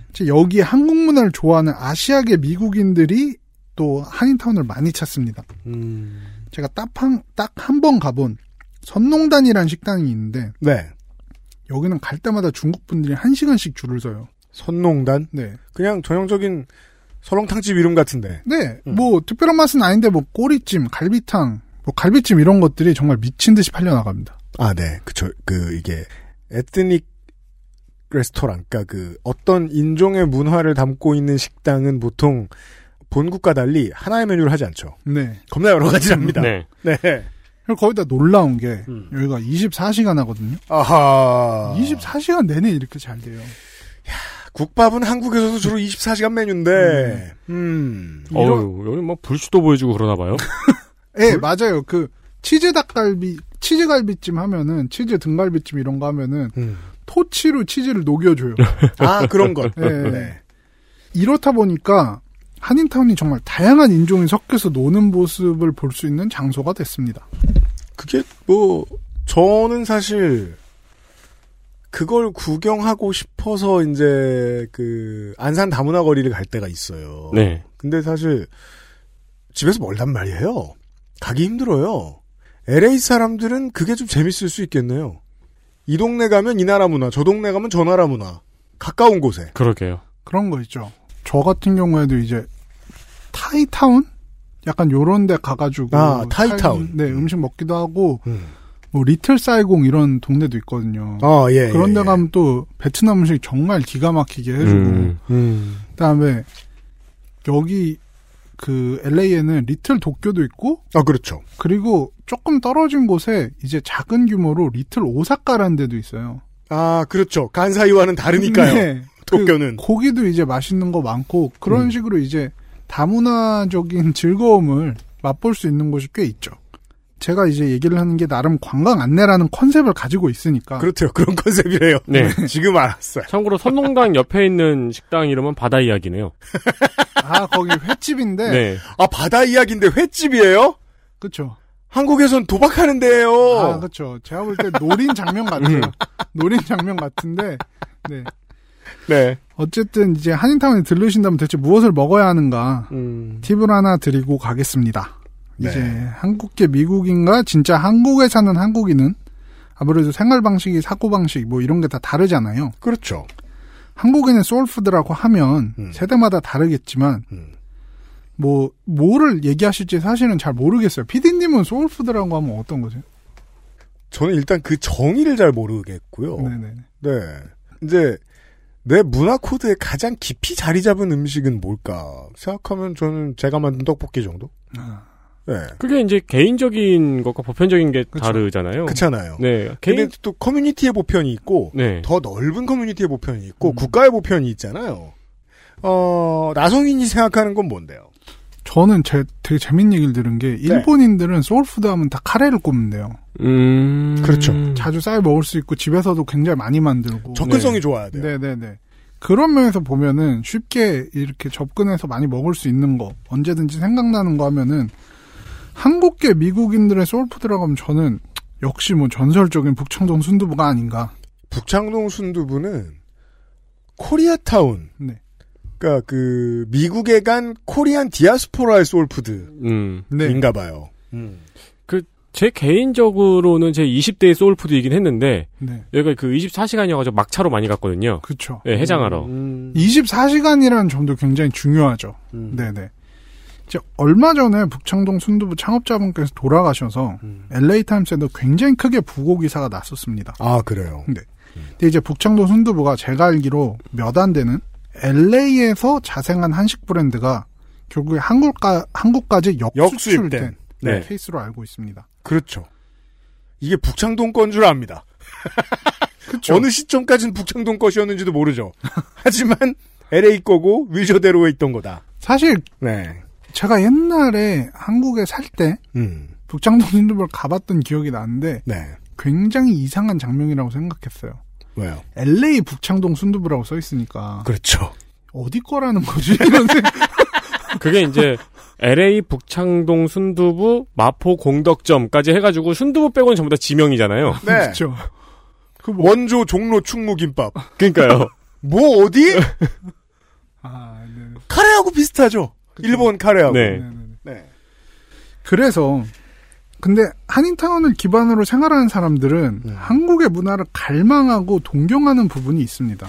H: 이제 여기에 한국 문화를 좋아하는 아시아계 미국인들이 또 한인타운을 많이 찾습니다. 제가 딱한딱 한 번 가본 선농단이라는 식당이 있는데
B: 네.
H: 여기는 갈 때마다 중국 분들이 한 시간씩 줄을 서요.
B: 선농단?
H: 네,
B: 그냥 전형적인 설렁탕집 이름 같은데.
H: 네, 뭐 특별한 맛은 아닌데 뭐 꼬리찜, 갈비탕, 뭐 갈비찜 이런 것들이 정말 미친 듯이 팔려 나갑니다.
B: 아, 네. 그쵸. 그, 이게, 에트닉 레스토랑. 그니까 그, 어떤 인종의 문화를 담고 있는 식당은 보통 본국과 달리 하나의 메뉴를 하지 않죠.
H: 네,
B: 겁나 여러 가지랍니다.
C: 네.
B: 네.
H: 그리고 거기다 놀라운 게
C: 음.
H: 여기가 24시간 하거든요.
B: 아하.
H: 24시간 내내 이렇게 잘 돼요.
B: 국밥은 한국에서도 주로 24시간 메뉴인데, 음.
C: 어우, 여기 뭐 불씨도 보여주고 그러나 봐요.
H: 예, 맞아요. 그 치즈 닭갈비, 치즈 갈비찜 하면은 치즈 등갈비찜 이런 거 하면은
B: 음.
H: 토치로 치즈를
B: *laughs*
H: 녹여줘요.
B: 아, 그런 것.
H: 네.
B: 네.
H: 이렇다 보니까 한인타운이 정말 다양한 인종이 섞여서 노는 모습을 볼 수 있는 장소가 됐습니다.
B: 그게 뭐 저는 사실 그걸 구경하고 싶어서 이제 그 안산 다문화 거리를 갈 때가 있어요.
C: 네.
B: 근데 사실 집에서 멀단 말이에요. 가기 힘들어요. LA 사람들은 그게 좀 재밌을 수 있겠네요. 이 동네 가면 이 나라 문화, 저 동네 가면 저 나라 문화. 가까운 곳에.
C: 그러게요.
H: 그런 거 있죠. 저 같은 경우에도 이제 타이타운? 약간 요런 데 가가지고
B: 아, 타이타운.
H: 타이- 네, 음식 먹기도 하고
B: 음.
H: 뭐 리틀 사이공 이런 동네도 있거든요.
B: 아, 예.
H: 그런
B: 예,
H: 데
B: 예.
H: 가면 또 베트남 음식 정말 기가 막히게 해주고
C: 음.
B: 음.
H: 그다음에 여기 그 LA에는 리틀 도쿄도 있고
B: 아, 그렇죠.
H: 그리고 조금 떨어진 곳에 이제 작은 규모로 리틀 오사카라는 데도 있어요.
B: 아, 그렇죠. 간사이와는 다르니까요.
H: 네.
B: 도쿄는.
H: 그 고기도 이제 맛있는 거 많고 그런
B: 음.
H: 식으로 이제 다문화적인 *laughs* 즐거움을 맛볼 수 있는 곳이 꽤 있죠. 제가 이제 얘기를 하는 게 나름 관광 안내라는 컨셉을 가지고 있으니까
B: 그렇대요. 그런 컨셉이래요.
C: 네.
B: 지금 알았어요.
C: 참고로 선농당 옆에 있는 식당 이름은 바다 이야기네요.
H: 아 거기 횟집인데
C: 네.
B: 아 바다 이야기인데 횟집이에요?
H: 그렇죠.
B: 한국에선 도박하는 데예요.
H: 아, 그렇죠. 제가 볼 때 노린
B: *laughs*
H: 장면 같아요.
B: 음.
H: 노린 장면 같은데, 네.
B: 네.
H: 어쨌든 이제 한인타운에 들르신다면 대체 무엇을 먹어야 하는가
B: 음.
H: 팁을 하나 드리고 가겠습니다.
B: 네.
H: 이제 한국계 미국인과 진짜 한국에 사는 한국인은 아무래도 생활 방식이 사고 방식 뭐 이런 게 다 다르잖아요.
B: 그렇죠.
H: 한국에는 소울푸드라고 하면
B: 음.
H: 세대마다 다르겠지만
B: 음.
H: 뭐 뭐를 얘기하실지 사실은 잘 모르겠어요. 피디님은 소울푸드라고 하면 어떤 거죠?
B: 저는 일단 그 정의를 잘 모르겠고요. 네.
H: 네네.
B: 이제 내 문화 코드에 가장 깊이 자리 잡은 음식은 뭘까 생각하면 저는 제가 만든 떡볶이 정도. 네.
C: 그게 이제 개인적인 것과 보편적인 게
H: 그쵸.
C: 다르잖아요.
B: 그렇잖아요.
C: 네. 개인
B: 근데 또 커뮤니티의 보편이 있고
C: 네.
B: 더 넓은 커뮤니티의 보편이 있고
H: 예. 음.
B: 국가의 보편이 있잖아요. 어 나성인이 생각하는 건 뭔데요?
H: 저는 제, 되게 재밌는 얘기를 들은 게 일본인들은 소울푸드 하면 다 카레를 꼽는데요.
C: 음.
B: 그렇죠.
H: 자주 싸이 먹을 수 있고 집에서도 굉장히 많이 만들고.
B: 접근성이 좋아야 돼요.
H: 네, 네, 네. 그런 면에서 보면은 쉽게 이렇게 접근해서 많이 먹을 수 있는 거 언제든지 생각나는 거 하면은 한국계 미국인들의 소울푸드라고 하면 저는 역시 뭐 전설적인 북청동 순두부가 아닌가.
B: 북창동 순두부는 코리아타운.
H: 네.
B: 그러니까 그 미국에 간 코리안 디아스포라의 소울푸드인가
C: 음.
H: 네.
B: 봐요.
C: 제 개인적으로는 제 20대의 소울푸드이긴 했는데
H: 네.
C: 여기가 그 24시간이어가지고 막차로 많이 갔거든요.
H: 그렇죠.
C: 네, 해장하러.
B: 음,
H: 24시간이라는 점도 굉장히 중요하죠.
B: 음.
H: 네네. 이제 얼마 전에 북창동 순두부 창업자분께서 돌아가셔서
B: 음.
H: LA 타임스에도 굉장히 크게 부고 기사가 났었습니다.
B: 아 그래요.
H: 근데 이제 북창동 순두부가 제가 알기로 몇 안 되는 LA에서 자생한 한식 브랜드가 결국에 한국가, 한국까지 역수출된
B: 역수입된.
H: 네,
C: 네.
H: 케이스로 알고 있습니다.
B: 그렇죠. 이게 북창동 건 줄 압니다.
H: *laughs* 그쵸.
B: 어느 시점까지는 북창동 것이었는지도 모르죠. 하지만 *laughs* LA 거고 위저대로에 있던 거다.
H: 사실
B: 네.
H: 제가 옛날에 한국에 살 때
B: 음.
H: 북창동 순두부를 가봤던 기억이 나는데
B: 네.
H: 굉장히 이상한 장면이라고 생각했어요.
B: 왜요?
H: LA 북창동 순두부라고 써 있으니까
B: 그렇죠.
H: 어디 거라는 거지? *laughs* 이런 생각.
C: 그게 이제 LA 북창동 순두부 마포 공덕점까지 해가지고 순두부 빼고는 전부 다 지명이잖아요.
B: 네.
H: 그렇죠.
B: 원조 종로 충무 김밥. *laughs*
C: 그러니까요.
B: 뭐 *laughs* 어디?
H: 아, 네.
B: 카레하고 비슷하죠. 일본 카레하고.
C: 네.
H: 네네네.
B: 네.
H: 그래서 근데 한인타운을 기반으로 생활하는 사람들은
B: 음.
H: 한국의 문화를 갈망하고 동경하는 부분이 있습니다.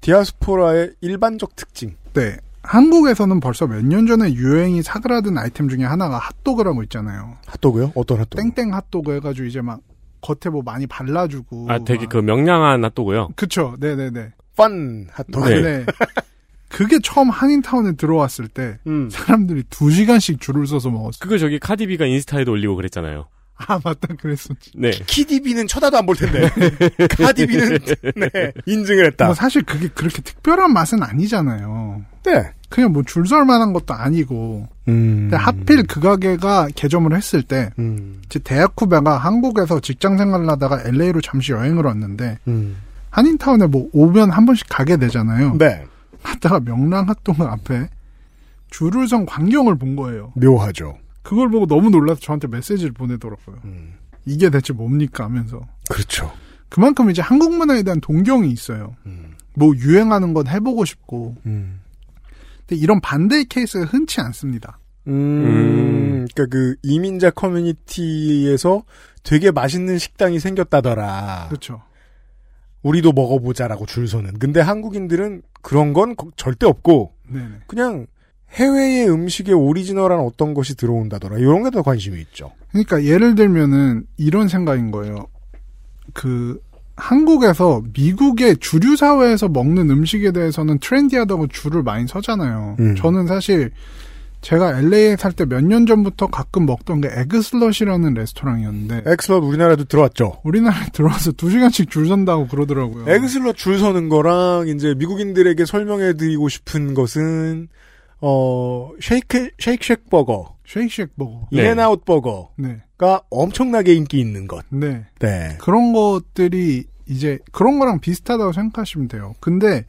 B: 디아스포라의 일반적 특징.
H: 네. 한국에서는 벌써 몇 년 전에 유행이 사그라든 아이템 중에 하나가 핫도그라고 있잖아요.
B: 핫도그요? 어떤 핫도그?
H: 땡땡 핫도그 해가지고 이제 막 겉에 뭐 많이 발라주고.
B: 음.
C: 아, 되게
H: 막-
C: 그 명량한 핫도그요.
H: 그쵸. 네네네.
B: 펀 핫도그.
C: 네.
H: 네. 그게 처음 한인타운에 들어왔을 때
B: 음.
H: 사람들이 두 시간씩 줄을 서서 먹었어.
C: 그거 저기 카디비가 인스타에도 올리고 그랬잖아요.
H: 아 맞다 그랬었지.
C: 네.
B: *laughs* 키디비는 쳐다도 안 볼 *laughs* 텐데. 카디비는 *laughs* 네, 인증을 했다.
H: 뭐 사실 그게 그렇게 특별한 맛은 아니잖아요.
B: 네.
H: 그냥 뭐 줄설 만한 것도 아니고.
B: 음.
H: 근데 하필 그 가게가 개점을 했을 때
B: 음.
H: 제 대학 후배가 한국에서 직장 생활을 하다가 LA로 잠시 여행을 왔는데
B: 음.
H: 한인타운에 뭐 오면 한 번씩 가게 되잖아요.
B: 네.
H: 갔다가 명랑 핫도그 앞에 줄을 선 광경을 본 거예요.
B: 묘하죠.
H: 그걸 보고 너무 놀라서 저한테 메시지를 보내더라고요.
B: 음.
H: 이게 대체 뭡니까 하면서
B: 그렇죠.
H: 그만큼 이제 한국 문화에 대한 동경이 있어요.
B: 음.
H: 뭐 유행하는 건 해보고 싶고
B: 음.
H: 근데 이런 반대의 케이스가 흔치 않습니다.
B: 음. 그러니까 그 이민자 커뮤니티에서 되게 맛있는 식당이 생겼다더라.
H: 그렇죠.
B: 우리도 먹어보자라고 줄 서는. 근데 한국인들은 그런 건 거- 절대 없고
H: 네네.
B: 그냥 해외의 음식에 오리지널한 어떤 것이 들어온다더라. 이런 게 더 관심이 있죠.
H: 그러니까 예를 들면은 이런 생각인 거예요. 그 한국에서 미국의 주류 사회에서 먹는 음식에 대해서는 트렌디하다고 줄을 많이 서잖아요.
B: 음.
H: 저는 사실 제가 LA에 살 때 몇 년 전부터 가끔 먹던 게 에그슬럿이라는 레스토랑이었는데
B: 엑슬럿 우리나라도 들어왔죠.
H: 우리나라에 들어와서 두 시간씩 줄 선다고 그러더라고요.
B: 엑슬럿 줄 서는 거랑 이제 미국인들에게 설명해 드리고 싶은 것은 어 쉐이크 쉐이크쉑 버거,
H: 쉐이크쉑 버거.
C: 네.
B: 인앤아웃 버거가
H: 네.
B: 엄청나게 인기 있는 것.
H: 네.
B: 네.
H: 그런 것들이 이제 그런 거랑 비슷하다고 생각하시면 돼요. 근데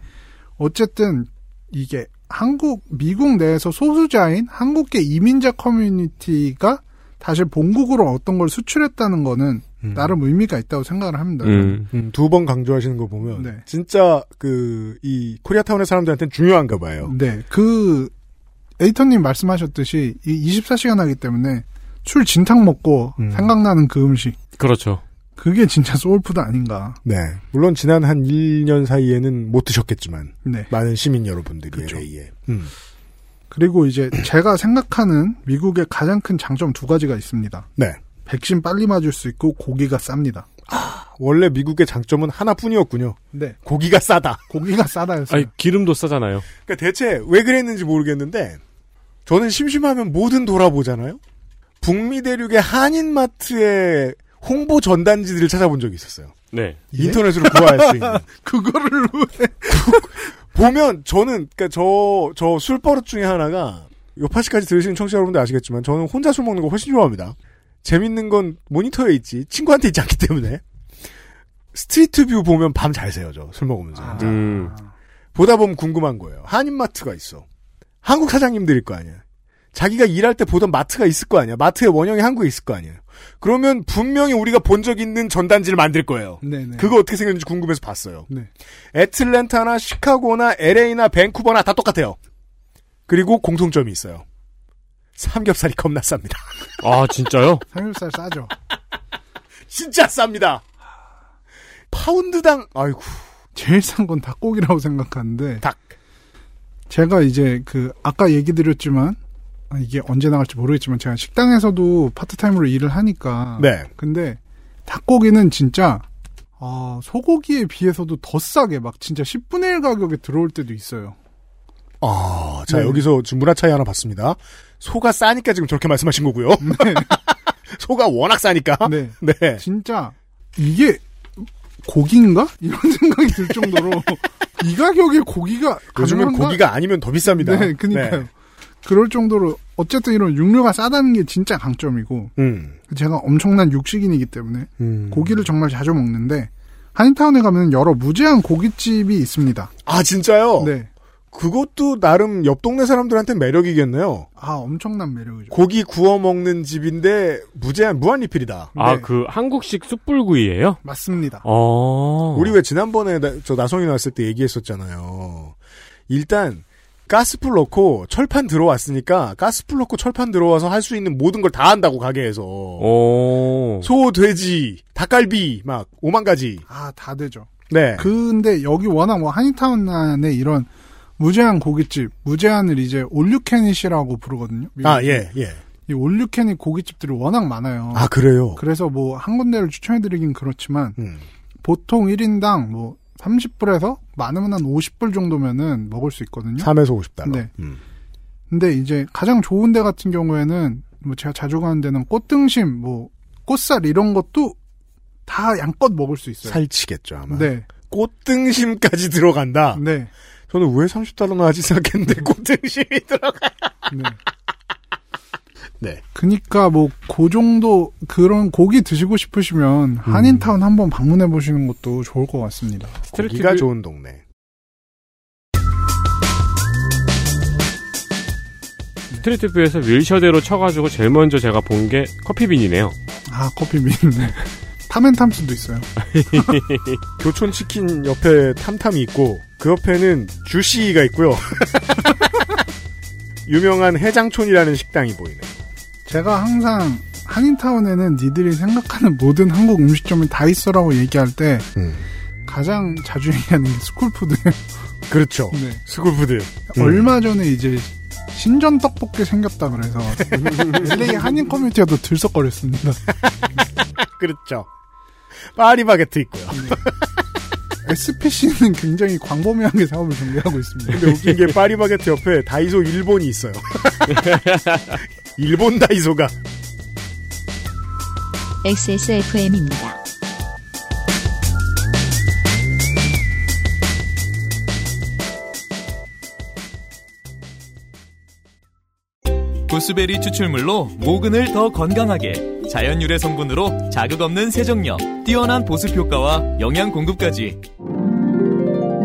H: 어쨌든 이게 한국 미국 내에서 소수자인 한국계 이민자 커뮤니티가 다시 본국으로 어떤 걸 수출했다는 거는
B: 음.
H: 나름 의미가 있다고 생각을 합니다.
C: 음.
B: 음, 두 번 강조하시는 거 보면
H: 네.
B: 진짜 그 이 코리아타운의 사람들한테는 중요한가 봐요.
H: 네, 그 에이터님 말씀하셨듯이 이 24시간 하기 때문에 술 진탕 먹고
B: 음.
H: 생각나는 그 음식
C: 그렇죠.
H: 그게 진짜 소울푸드 아닌가.
B: 네. 물론 지난 한 1년 사이에는 못 드셨겠지만
H: 네.
B: 많은 시민 여러분들이
H: 그렇죠.
B: LA에. 음.
H: 그리고 이제 제가 생각하는 미국의 가장 큰 장점 두 가지가 있습니다.
B: 네.
H: 백신 빨리 맞을 수 있고 고기가 쌉니다.
B: 원래 미국의 장점은 하나뿐이었군요.
H: 네.
B: 고기가 싸다.
H: 고기가 싸다였어요.
C: 아니, 기름도 싸잖아요.
B: 그러니까 대체 왜 그랬는지 모르겠는데 저는 심심하면 뭐든 돌아보잖아요. 북미 대륙의 한인 마트의 홍보 전단지들을 찾아본 적이 있었어요.
C: 네.
H: 예?
B: 인터넷으로 구할 수 있는.
H: 그거를 왜?
B: 보면 저는 그러니까 저저 술버릇 중에 하나가 요파시까지 들으시는 청취자 여러분들 아시겠지만 저는 혼자 술 먹는 거 훨씬 좋아합니다. 재밌는 건 모니터에 있지 친구한테 있지 않기 때문에 스트리트 뷰 보면 밤 잘 새요 저술 먹으면서 혼자.
C: 음.
B: 보다 보면 궁금한 거예요. 한인마트가 있어. 한국 사장님들일 거 아니야. 자기가 일할 때 보던 마트가 있을 거 아니야. 마트의 원형이 한국에 있을 거 아니야. 그러면 분명히 우리가 본 적 있는 전단지를 만들 거예요.
H: 네네.
B: 그거 어떻게 생겼는지 궁금해서 봤어요.
H: 네.
B: 애틀랜타나 시카고나 LA나 밴쿠버나 다 똑같아요. 그리고 공통점이 있어요. 삼겹살이 겁나 쌉니다. *laughs*
C: 아, 진짜요?
H: 삼겹살 싸죠.
B: 진짜 쌉니다. 파운드당 아이고
H: 제일 싼 건 닭고기라고 생각하는데
B: 닭.
H: 제가 이제 그 아까 얘기 드렸지만 아, 이게 언제 나갈지 모르겠지만 제가 식당에서도 파트타임으로 일을 하니까
B: 네.
H: 근데 닭고기는 진짜 아, 소고기에 비해서도 더 싸게 막 진짜 10분의 1 가격에 들어올 때도 있어요.
B: 아, 자
H: 네.
B: 여기서 지금 문화 차이 하나 봤습니다. 소가 싸니까 지금 저렇게 말씀하신 거고요. *laughs* 소가 워낙 싸니까.
H: 네.
B: 네.
H: 진짜 이게 고기인가? 이런 *laughs* 생각이 들 정도로 이 가격에 고기가
B: 요즘은
H: 가능한가?
B: 고기가 아니면 더 비쌉니다.
H: 네, 그니까요.
B: 네.
H: 그럴 정도로 어쨌든 이런 육류가 싸다는 게 진짜 강점이고
B: 음.
H: 제가 엄청난 육식인이기 때문에
B: 음.
H: 고기를 정말 자주 먹는데 한인타운에 가면 여러 무제한 고깃집이 있습니다.
B: 아 진짜요?
H: 네.
B: 그것도 나름 옆 동네 사람들한테 매력이겠네요.
H: 아, 엄청난 매력이죠.
B: 고기 구워 먹는 집인데 무제한 무한 리필이다.
C: 아,
H: 네.
C: 그 한국식 숯불구이예요?
H: 맞습니다.
C: 어.
B: 우리 왜 지난번에 나- 저 나성이 나왔을 때 얘기했었잖아요. 일단 가스불 넣고 철판 들어왔으니까 가스불 넣고 철판 들어와서 할 수 있는 모든 걸 다 한다고 가게에서
C: 오.
B: 소, 돼지, 닭갈비 막 오만 가지.
H: 아, 다 되죠.
B: 네.
H: 그 근데 여기 워낙 뭐 한인타운 안에 이런 무제한 고깃집, 무제한을 이제 올류캐닛이라고 부르거든요. 미국.
B: 아 예, 예.
H: 이 올류캐닛 고깃집들이 워낙 많아요.
B: 아 그래요.
H: 그래서 뭐 한 군데를 추천해드리긴 그렇지만
B: 음.
H: 보통 1인당 뭐 30불에서 많으면 한 50불 정도면은 먹을 수 있거든요.
B: 3에서 50달러. 음.
H: 네. 근데 이제 가장 좋은 데 같은 경우에는 뭐 제가 자주 가는 데는 꽃등심, 뭐 꽃살 이런 것도 다 양껏 먹을 수 있어요.
B: 살치겠죠 아마.
H: 네,
B: 꽃등심까지 들어간다.
H: 네,
B: 저는 왜 30달러나 하지 *laughs* 생각했는데 꽃등심이 들어가.
H: 네.
B: 네.
H: 그니까 뭐 그 정도 그런 고기 드시고 싶으시면 한인타운 한번 방문해 보시는 것도 좋을 것 같습니다.
C: 스트레이트
B: 고기가
C: 그-
B: 좋은 동네.
C: 스트리트 뷰에서 윌셔대로 쳐가지고 제일 먼저 제가 본 게 커피빈이네요.
H: 아 커피빈 네. 타멘탐스도 있어요.
B: 교촌 치킨 옆에 탐탐이 있고 그 옆에는 주시가 있고요. *laughs* 유명한 해장촌이라는 식당이 보이네.
H: 제가 항상 한인타운에는 니들이 생각하는 모든 한국 음식점이 다 있어라고 얘기할 때 가장 자주 얘기하는 게 스쿨푸드예요.
B: 그렇죠.
C: 음.
H: 네.
B: 스쿨푸드.
H: 얼마 전에 이제 신전 떡볶이 생겼다 그래서 LA 한인 커뮤니티가 또 들썩거렸습니다.
B: 그렇죠. 파리바게트 있고요.
C: 음.
H: SPC는 굉장히 광범위하게 사업을 전개하고 있습니다.
B: 근데 웃긴 게 파리바게트 옆에 다이소 일본이 있어요.
C: *laughs*
B: *laughs* 일본 다이소가.
A: XSFM입니다.
I: 보스베리 추출물로 모근을 더 건강하게 자연 유래 성분으로 자극 없는 세정력 뛰어난 보습 효과와 영양 공급까지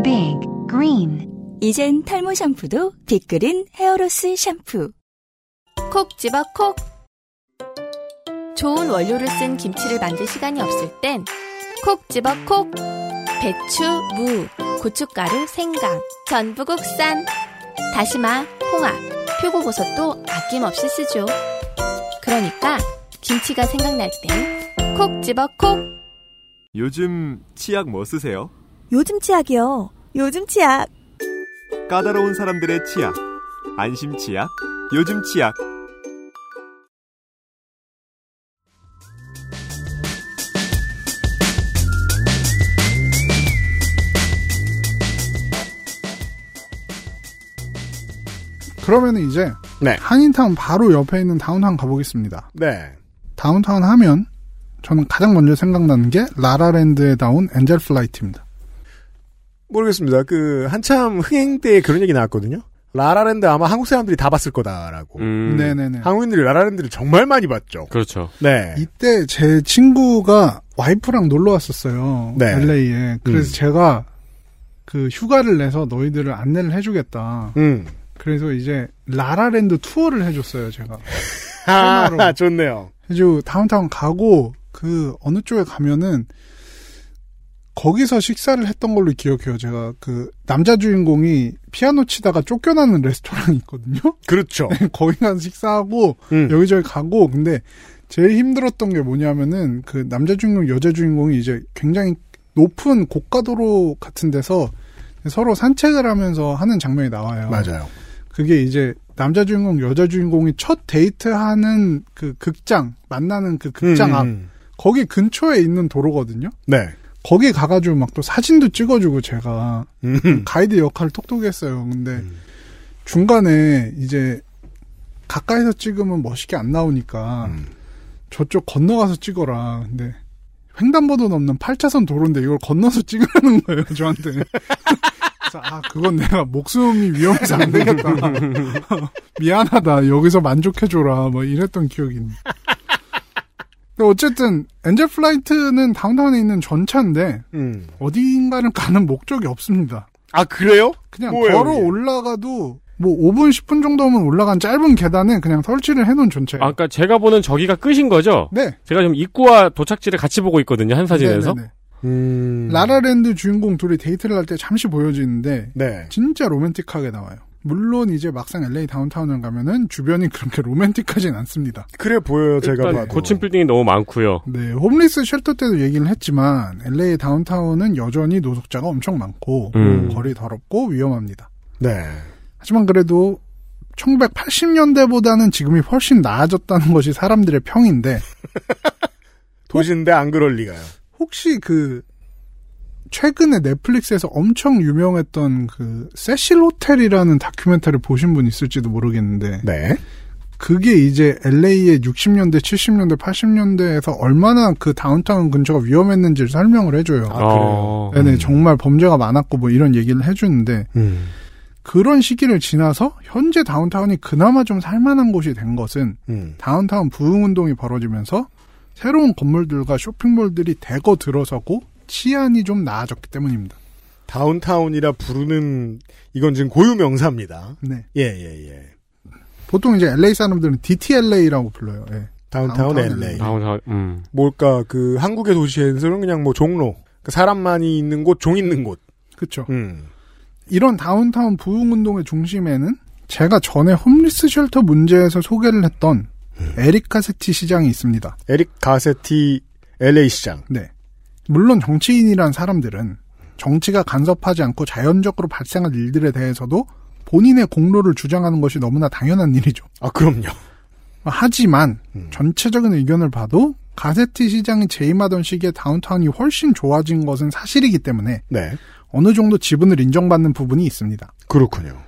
J: Big Green 이젠 탈모 샴푸도 빅그린 헤어로스 샴푸
E: 콕 집어 콕. 좋은 원료를 쓴 김치를 만들 시간이 없을 땐 콕 집어 콕. 배추, 무, 고춧가루, 생강, 전부 국산. 다시마, 홍합, 표고버섯도 아낌없이 쓰죠. 그러니까 김치가 생각날 땐 콕 집어 콕.
F: 요즘 치약 뭐 쓰세요?
G: 요즘 치약이요. 요즘 치약.
F: 까다로운 사람들의 치약. 안심 치약, 요즘 치약.
H: 그러면 이제
B: 네.
H: 한인타운 바로 옆에 있는 다운타운 가보겠습니다.
B: 네.
H: 다운타운 하면 저는 가장 먼저 생각나는 게 라라랜드에 나온 엔젤 플라이트입니다.
B: 모르겠습니다. 그 한참 흥행 때 그런 얘기 나왔거든요. 라라랜드 아마 한국 사람들이 다 봤을 거다라고.
C: 음.
H: 네네네.
B: 한국인들이 라라랜드를 정말 많이 봤죠.
C: 그렇죠.
B: 네.
H: 이때 제 친구가 와이프랑 놀러 왔었어요.
B: 네.
H: LA에. 그래서
B: 음.
H: 제가 그 휴가를 내서 너희들을 안내를 해주겠다.
B: 음.
H: 그래서 이제 라라랜드 투어를 해줬어요, 제가.
B: 아,
H: 테마로.
B: *laughs* 좋네요.
H: 그래서 다운타운 가고 그 어느 쪽에 가면은 거기서 식사를 했던 걸로 기억해요. 제가 그 남자 주인공이 피아노 치다가 쫓겨나는 레스토랑이 있거든요. *laughs*
B: 그렇죠. 음.
H: 거기 가서 식사하고 네. 여기저기 가고 근데 제일 힘들었던 게 뭐냐면은 그 남자 주인공 여자 주인공이 이제 굉장히 높은 고가도로 같은 데서 서로 산책을 하면서 하는 장면이 나와요.
B: 맞아요.
H: 그게 이제 남자 주인공 여자 주인공이 첫 데이트하는 그 극장 만나는 그 극장 앞
B: 음.
H: 거기 근처에 있는 도로거든요.
B: 네.
H: 거기 가가지고 막 또 사진도 찍어주고 제가
B: 음.
H: 가이드 역할을 톡톡이 했어요. 근데 중간에 이제 가까이서 찍으면 멋있게 안 나오니까 저쪽 건너가서 찍어라. 근데 횡단보도 넘는 8차선 도로인데 이걸 건너서 찍으라는 거예요, 저한테. *laughs* 그래서 아, 그건 내가 목숨이 위험해서 안 되겠다. *laughs* 미안하다. 여기서 만족해줘라. 뭐 이랬던 기억이 있네. 근데 어쨌든 엔젤 플라이트는 다운타운에 있는 전차인데
B: 음.
H: 어디인가를 가는 목적이 없습니다.
B: 아 그래요?
H: 그냥
B: 뭐예요,
H: 걸어
B: 이게?
H: 올라가도 뭐 5분 10분 정도면 올라간 짧은 계단에 그냥 설치를 해놓은 전차예요.
C: 아까 그러니까 제가 보는 저기가 끝인 거죠?
H: 네.
C: 제가 지금 입구와 도착지를 같이 보고 있거든요, 한 사진에서.
H: 네네네.
B: 음.
H: 라라랜드 주인공 둘이 데이트를 할 때 잠시 보여지는데
B: 네.
H: 진짜 로맨틱하게 나와요. 물론 이제 막상 LA 다운타운을 가면은 주변이 그렇게 로맨틱하진 않습니다.
B: 그래 보여요 제가
C: 일단
B: 봐도.
C: 그러니까 고층 빌딩이 너무 많고요.
H: 네, 홈리스 쉘터 때도 얘기를 했지만 LA 다운타운은 여전히 노숙자가 엄청 많고
C: 음.
H: 거리 더럽고 위험합니다.
B: 네.
H: 하지만 그래도 1980년대보다는 지금이 훨씬 나아졌다는 것이 사람들의 평인데
B: 도시인데 안 그럴 리가요.
H: 혹시 그 최근에 넷플릭스에서 엄청 유명했던 그 세실 호텔이라는 다큐멘터리 보신 분 있을지도 모르겠는데
B: 네.
H: 그게 이제 LA의 60년대, 70년대, 80년대에서 얼마나 그 다운타운 근처가 위험했는지를 설명을 해줘요.
C: 어.
H: 네네, 정말 범죄가 많았고 뭐 이런 얘기를 해주는데
B: 음.
H: 그런 시기를 지나서 현재 다운타운이 그나마 좀 살만한 곳이 된 것은
B: 음.
H: 다운타운 부흥 운동이 벌어지면서 새로운 건물들과 쇼핑몰들이 대거 들어서고 치안이 좀 나아졌기 때문입니다.
B: 다운타운이라 부르는 이건 지금 고유 명사입니다.
H: 네.
B: 예예 예,
H: 보통 이제 LA 사람들은 DTLA라고 불러요. 예.
B: 다운타운,
H: 다운타운
B: LA.
H: LA.
C: 다운, 다운, 음.
B: 뭘까 그 한국의 도시에서는 그냥 뭐 종로. 그 사람 많이 있는 곳, 종 있는 곳.
H: 그렇죠.
B: 음.
H: 이런 다운타운 부흥 운동의 중심에는 제가 전에 홈리스 쉘터 문제에서 소개를 했던 에리카세티 시장이 있습니다.
B: 에릭 가세티 LA 시장.
H: 네. 물론 정치인이란 사람들은 정치가 간섭하지 않고 자연적으로 발생한 일들에 대해서도 본인의 공로를 주장하는 것이 너무나 당연한 일이죠.
B: 아 그럼요. *laughs*
H: 하지만
B: 음.
H: 전체적인 의견을 봐도 가세티 시장이 재임하던 시기에 다운타운이 훨씬 좋아진 것은 사실이기 때문에
B: 네.
H: 어느 정도 지분을 인정받는 부분이 있습니다.
B: 그렇군요.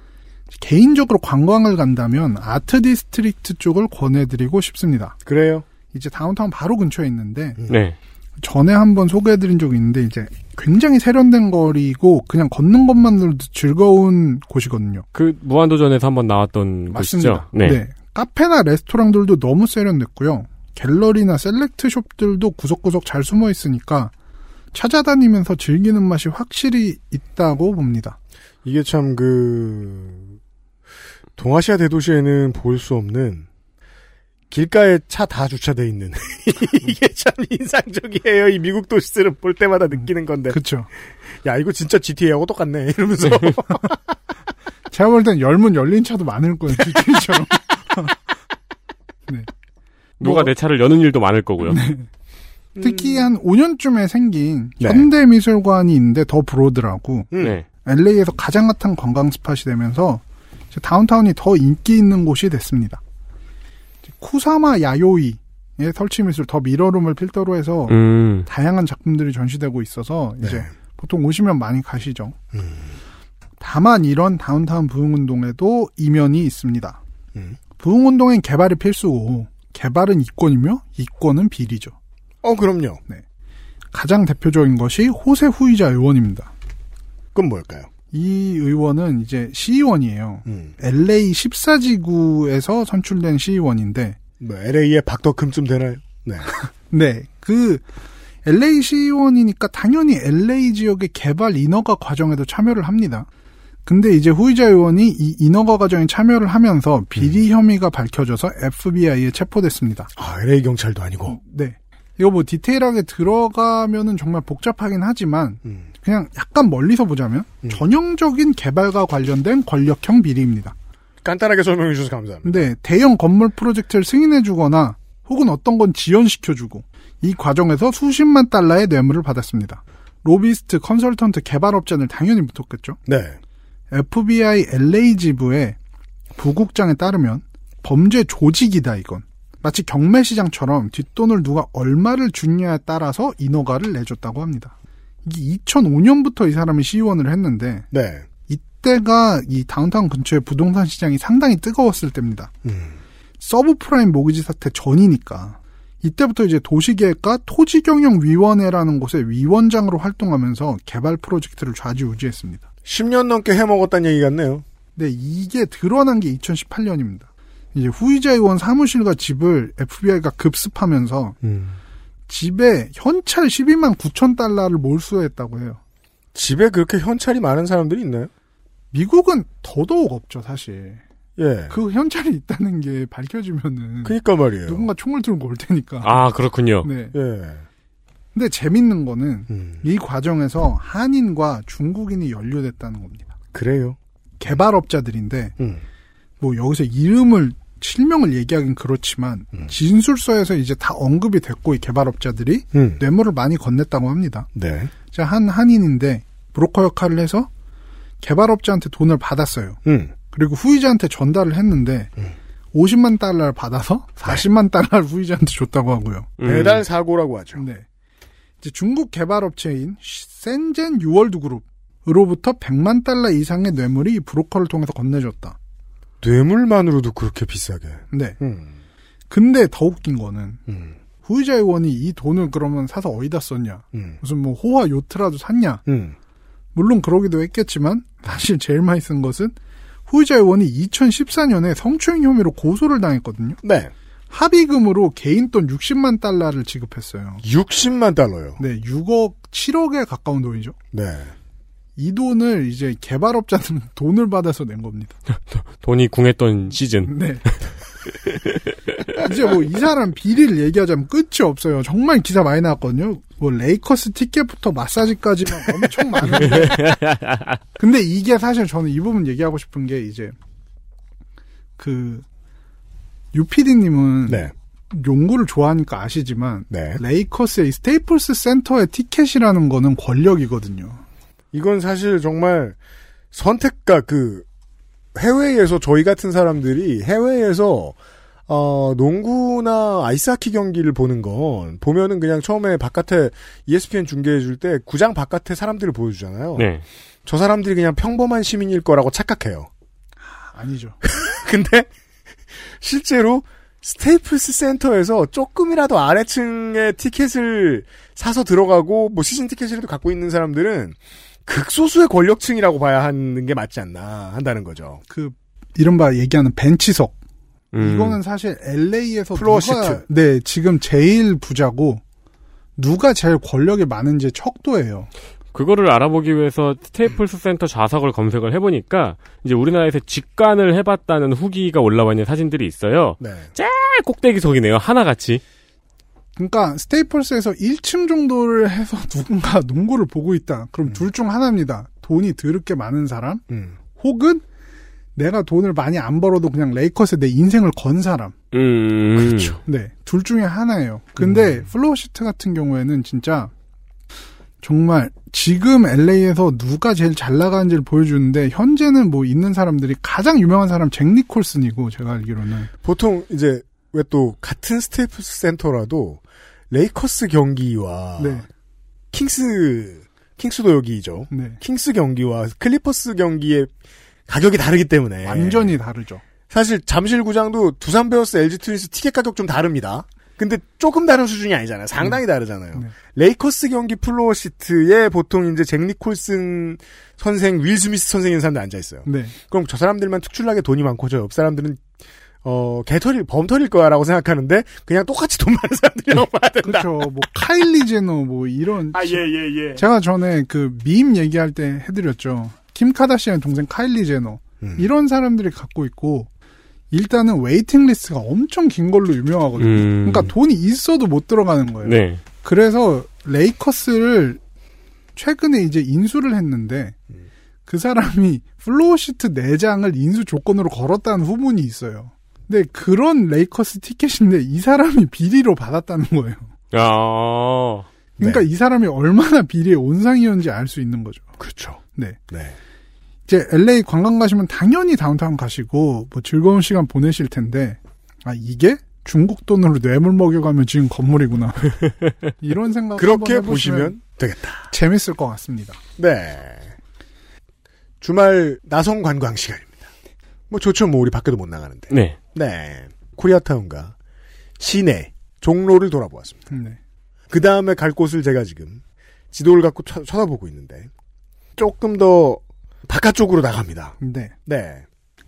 H: 개인적으로 관광을 간다면 아트 디스트릭트 쪽을 권해드리고 싶습니다.
B: 그래요.
H: 이제 다운타운 바로 근처에 있는데
C: 네.
H: 전에 한번 소개해드린 적이 있는데 이제 굉장히 세련된 거리고 그냥 걷는 것만으로도 즐거운 곳이거든요.
C: 그 무한도전에서 한번 나왔던 곳이죠.
H: 네. 카페나 레스토랑들도 너무 세련됐고요. 갤러리나 셀렉트 숍들도 구석구석 잘 숨어 있으니까 찾아다니면서 즐기는 맛이 확실히 있다고 봅니다.
B: 이게 참 그 동아시아 대도시에는 볼 수 없는 길가에 차 다 주차돼 있는 *laughs* 이게 참 인상적이에요. 이 미국 도시들은 볼 때마다 느끼는 건데.
H: 그렇죠.
B: 야 이거 진짜 GTA하고 똑같네 *laughs* 이러면서
H: 제가 볼 땐 열문 열린 차도 많을 거예요. GT처럼. *laughs*
C: 누가 내 차를 여는 일도 많을 거고요.
H: 특히 한 5년쯤에 생긴
B: 네.
H: 현대미술관이 있는데 더 브로드라고
B: 음.
C: 네.
H: LA에서 가장 핫한 관광 스팟이 되면서 이제 다운타운이 더 인기 있는 곳이 됐습니다. 이제 쿠사마 야요이의 설치 미술 더 미러룸을 필두로 해서
C: 음.
H: 다양한 작품들이 전시되고 있어서
B: 네.
H: 이제
B: 음.
H: 보통 오시면 많이 가시죠. 다만 이런 다운타운 부흥운동에도 이면이 있습니다.
B: 음.
H: 부흥운동엔 개발이 필수고 개발은 이권이며 이권은 비리죠.
B: 어 그럼요.
H: 가장 대표적인 것이 호세 후이자 의원입니다.
B: 그건 뭘까요?
H: 이 의원은 이제 E 시의원이에요.
B: 음.
H: LA 14지구에서 선출된 E 시의원인데,
B: 뭐 LA의 박덕금쯤 되나요? 네.
H: 네, 그 LA 시의원이니까 당연히 LA 지역의 개발 인허가 과정에도 참여를 합니다. 근데 이제 후이자 의원이 이 인허가 과정에 참여를 하면서 비리 혐의가 밝혀져서 FBI에 체포됐습니다.
B: 아 LA 경찰도 아니고.
H: 네. 이거 뭐 디테일하게 들어가면은 정말 복잡하긴 하지만 그냥 약간 멀리서 보자면 전형적인 개발과 관련된 권력형 비리입니다.
B: 간단하게 설명해 주셔서 감사합니다.
H: 근데 대형 건물 프로젝트를 승인해주거나 혹은 어떤 건 지연시켜주고 이 과정에서 수십만 달러의 뇌물을 받았습니다. 로비스트, 컨설턴트, 개발업자는 당연히 붙었겠죠.
B: 네.
H: FBI LA 지부의 부국장에 따르면 범죄 조직이다 이건. 마치 경매 시장처럼 뒷돈을 누가 얼마를 주냐에 따라서 인허가를 내줬다고 합니다. 이게 2005년부터 이 사람이 시의원을 했는데
B: 네.
H: 이때가 이 다운타운 근처의 부동산 시장이 상당히 뜨거웠을 때입니다. 서브프라임 모기지 사태 전이니까 이때부터 이제 도시계획과 토지경영위원회라는 곳의 위원장으로 활동하면서 개발 프로젝트를 좌지우지했습니다.
B: 10년 넘게 해먹었다는 얘기 같네요.
H: 근데 이게 드러난 게 2018년입니다. 이제 후이자 의원 사무실과 집을 FBI가 급습하면서
B: 음.
H: 집에 현찰 12만 9천 달러를 몰수했다고 해요.
B: 집에 그렇게 현찰이 많은 사람들이 있나요?
H: 미국은 더더욱 없죠, 사실.
B: 예.
H: 그 현찰이 있다는 게 밝혀지면은
B: 그니까 말이에요.
H: 누군가 총을 들고 올 테니까.
C: 아, 그렇군요.
H: 네.
B: 예.
H: 근데 재밌는 거는
B: 음.
H: 이 과정에서 한인과 중국인이 연루됐다는 겁니다.
B: 그래요.
H: 개발업자들인데
B: 음.
H: 뭐 여기서 이름을 실명을 얘기하긴 그렇지만
B: 음.
H: 진술서에서 이제 다 언급이 됐고 이 개발업자들이
B: 음.
H: 뇌물을 많이 건넸다고 합니다.
B: 네.
H: 자, 한 한인인데 브로커 역할을 해서 개발업자한테 돈을 받았어요.
B: 음.
H: 그리고 후이자한테 전달을 했는데 50만 달러를 받아서 40만 달러를 후이자한테 줬다고 하고요.
C: 음.
B: 배달 사고라고 하죠.
H: 네. 이제 중국 개발업체인 센젠 유월드 그룹으로부터 100만 달러 이상의 뇌물이 이 브로커를 통해서 건네줬다.
B: 뇌물만으로도 그렇게 비싸게.
H: 네.
B: 음.
H: 근데 더 웃긴 거는
B: 음.
H: 후이자 의원이 이 돈을 그러면 사서 어디다 썼냐?
B: 음.
H: 무슨 뭐 호화 요트라도 샀냐?
B: 음.
H: 물론 그러기도 했겠지만 사실 제일 많이 쓴 것은 후이자 의원이 2014년에 성추행 혐의로 고소를 당했거든요.
B: 네.
H: 합의금으로 개인 돈 60만 달러를 지급했어요.
B: 60만 달러요.
H: 네, 6억, 7억에 가까운 돈이죠.
B: 네.
H: 이 돈을 이제 개발업자들은 *laughs* 돈을 받아서 낸 겁니다.
C: 돈이 궁했던 시즌.
H: 네. 이제 뭐 이 사람 비리를 얘기하자면 끝이 없어요. 정말 기사 많이 나왔거든요. 뭐 레이커스 티켓부터 마사지까지 막 엄청 많은데. 근데 이게 사실 저는 이 부분 얘기하고 싶은 게 이제 그 유피디님은
B: 네.
H: 농구를 좋아하니까 아시지만
B: 네.
H: 레이커스의 이 스테이플스 센터의 티켓이라는 거는 권력이거든요.
B: 이건 사실 정말 선택과 그 해외에서 저희 같은 사람들이 해외에서 어, 농구나 아이스하키 경기를 보는 건 보면은 그냥 처음에 바깥에 E ESPN 중계해 줄 때 구장 바깥에 사람들을 보여주잖아요.
C: 네.
B: 저 사람들이 그냥 평범한 시민일 거라고 착각해요.
H: 아니죠.
B: 근데 실제로 스테이플스 센터에서 조금이라도 아래층에 티켓을 사서 들어가고 뭐 시즌 티켓이라도 갖고 있는 사람들은 극소수의 권력층이라고 봐야 하는 게 맞지 않나 한다는 거죠.
H: 그 이른바 얘기하는 벤치석
C: 음.
H: 이거는 사실 LA에서
B: 플로어
H: 누가
B: 시트.
H: 네 지금 제일 부자고 누가 제일 권력이 많은지 척도예요.
C: 그거를 알아보기 위해서 스테이플스 센터 좌석을 검색을 해보니까 이제 우리나라에서 직관을 해봤다는 후기가 올라와 있는 사진들이 있어요.
B: 네.
C: 짤 꼭대기석이네요. 하나같이.
H: 그러니까 스테이플스에서 1층 정도를 해서 *laughs* 누군가 농구를 보고 있다. 그럼 둘 중 하나입니다. 돈이 드럽게 많은 사람
B: 음.
H: 혹은 내가 돈을 많이 안 벌어도 그냥 레이커스에 내 인생을 건 사람.
C: 음. 그렇죠.
H: 네, 둘 중에 하나예요. 근데 플로어 시트 같은 경우에는 진짜 정말 지금 LA에서 누가 제일 잘 나가는지를 보여주는데 현재는 뭐 있는 사람들이 가장 유명한 사람 잭 니콜슨이고 제가 알기로는
B: 보통 이제 왜 또 같은 스테이플스 센터라도 레이커스 경기와
H: 네,
B: 킹스 킹스도 여기죠.
H: 네.
B: 킹스 경기와 클리퍼스 경기의 가격이 다르기 때문에
H: 완전히 다르죠.
B: 사실 잠실구장도 두산 베어스 LG 트윈스 티켓 가격 좀 다릅니다. 근데 조금 다른 수준이 아니잖아요. 상당히 다르잖아요.
H: 네.
B: 레이커스 경기 플로어 시트에 보통 이제 잭 니콜슨 선생, 윌 스미스 선생인 사람들 앉아 있어요.
H: 네.
B: 그럼 저 사람들만 특출나게 돈이 많고 저 옆 사람들은 어 개털이 범털일 거야라고 생각하는데 그냥 똑같이 돈 많은 사람들이라고 봐야 된다.
H: 그렇죠. 뭐 카일리 제너 뭐 이런
B: 아예예 예.
H: 제가 전에 그 밈 얘기할 때 해드렸죠. 킴 카다시안 동생 카일리 제너
B: 음.
H: 이런 사람들이 갖고 있고 일단은 웨이팅 리스트가 엄청 긴 걸로 유명하거든요.
C: 음.
H: 그러니까 돈이 있어도 못 들어가는 거예요.
C: 네.
H: 그래서 레이커스를 최근에 이제 인수를 했는데
C: 음.
H: 그 사람이 플로우시트 4장을 인수 조건으로 걸었다는 후문이 있어요. 근데 그런 레이커스 티켓인데 이 사람이 *laughs* 비리로 받았다는 거예요.
C: 아.
B: 네.
H: 그러니까 이 사람이 얼마나 비리의 온상이었는지 알 수 있는 거죠.
B: 그렇죠.
H: *laughs* 네.
B: 네.
H: 이제 LA 관광 가시면 당연히 다운타운 가시고 뭐 즐거운 시간 보내실 텐데 아 이게 중국 돈으로 뇌물 먹여가면 지금
B: *laughs*
H: 건물이구나 이런 생각
B: *laughs* 그렇게
H: 한번 해보시면
B: 보시면 되겠다.
H: 재밌을 것 같습니다.
B: 네. 주말 나성 관광 시간입니다. 뭐 좋죠. 뭐 우리 밖에도 못 나가는데.
C: 네.
B: 네. 코리아타운과 시내 종로를 돌아보았습니다.
H: 네.
B: 그 다음에 갈 곳을 제가 지금 지도를 갖고 쳐, 다보고 있는데 조금 더 바깥쪽으로 나갑니다.
H: 네.
B: 네.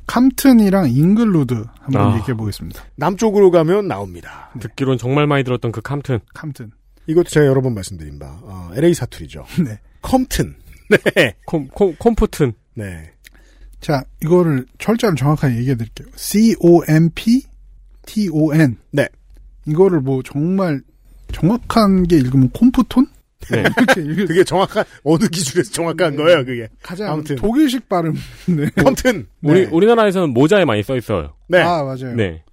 H: 캄튼이랑 잉글루드 한번
C: 아.
H: 얘기해 보겠습니다.
B: 남쪽으로 가면 나옵니다.
C: 듣기론 정말 많이 들었던 그 캄튼.
H: 캄튼.
B: 이것도 제가 여러 번 말씀드린 바 어, LA 사투리죠.
H: *laughs* 네.
B: 컴튼. 네.
C: 콤, 콤, 콤프튼.
B: 네.
H: 자, 이거를 철저하게 정확하게 얘기해 드릴게요. C O M P T O N.
B: 네.
H: 이거를 뭐 정말 정확한 게 읽으면 콤프톤?
C: *laughs* 네.
H: *laughs* 이렇게 읽을
B: 그게 정확한 어느 기준에서 정확한
H: 네.
B: 거예요. 그게
H: 가장
B: 아무튼.
H: 독일식 발음. 네.
B: 컴튼. 네.
C: 우리, 우리나라에서는 모자에 많이 써 있어요.
B: *laughs* 네.
H: 아, 맞아요.
C: 네.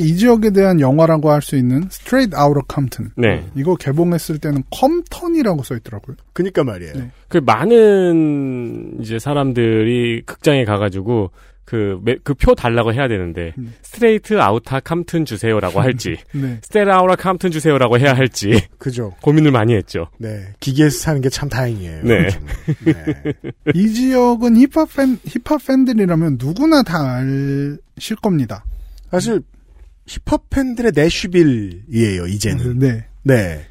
H: 이 지역에 대한 영화라고 할 수 있는 스트레이트 아우터 컴튼.
C: 네.
H: 이거 개봉했을 때는 컴턴이라고 써 있더라고요.
B: 그니까 말이에요.
H: 네.
C: 그 많은 이제 사람들이 극장에 가가지고 그 그 표 달라고 해야 되는데
H: 음.
C: 스트레이트 아우타 캄튼 주세요라고 *laughs* 할지
H: 네.
C: 스테라 아우라 캄튼 주세요라고 해야 할지 *laughs*
B: 그죠.
C: 고민을 많이 했죠.
B: 네. 기계에서 사는 게 참 다행이에요.
C: 네.
B: 네. *laughs*
H: 이 지역은 힙합 팬 힙합 팬들이라면 누구나 다 아실 겁니다.
B: 사실 힙합 팬들의 내슈빌이에요. 이제는.
H: 네.
B: 네.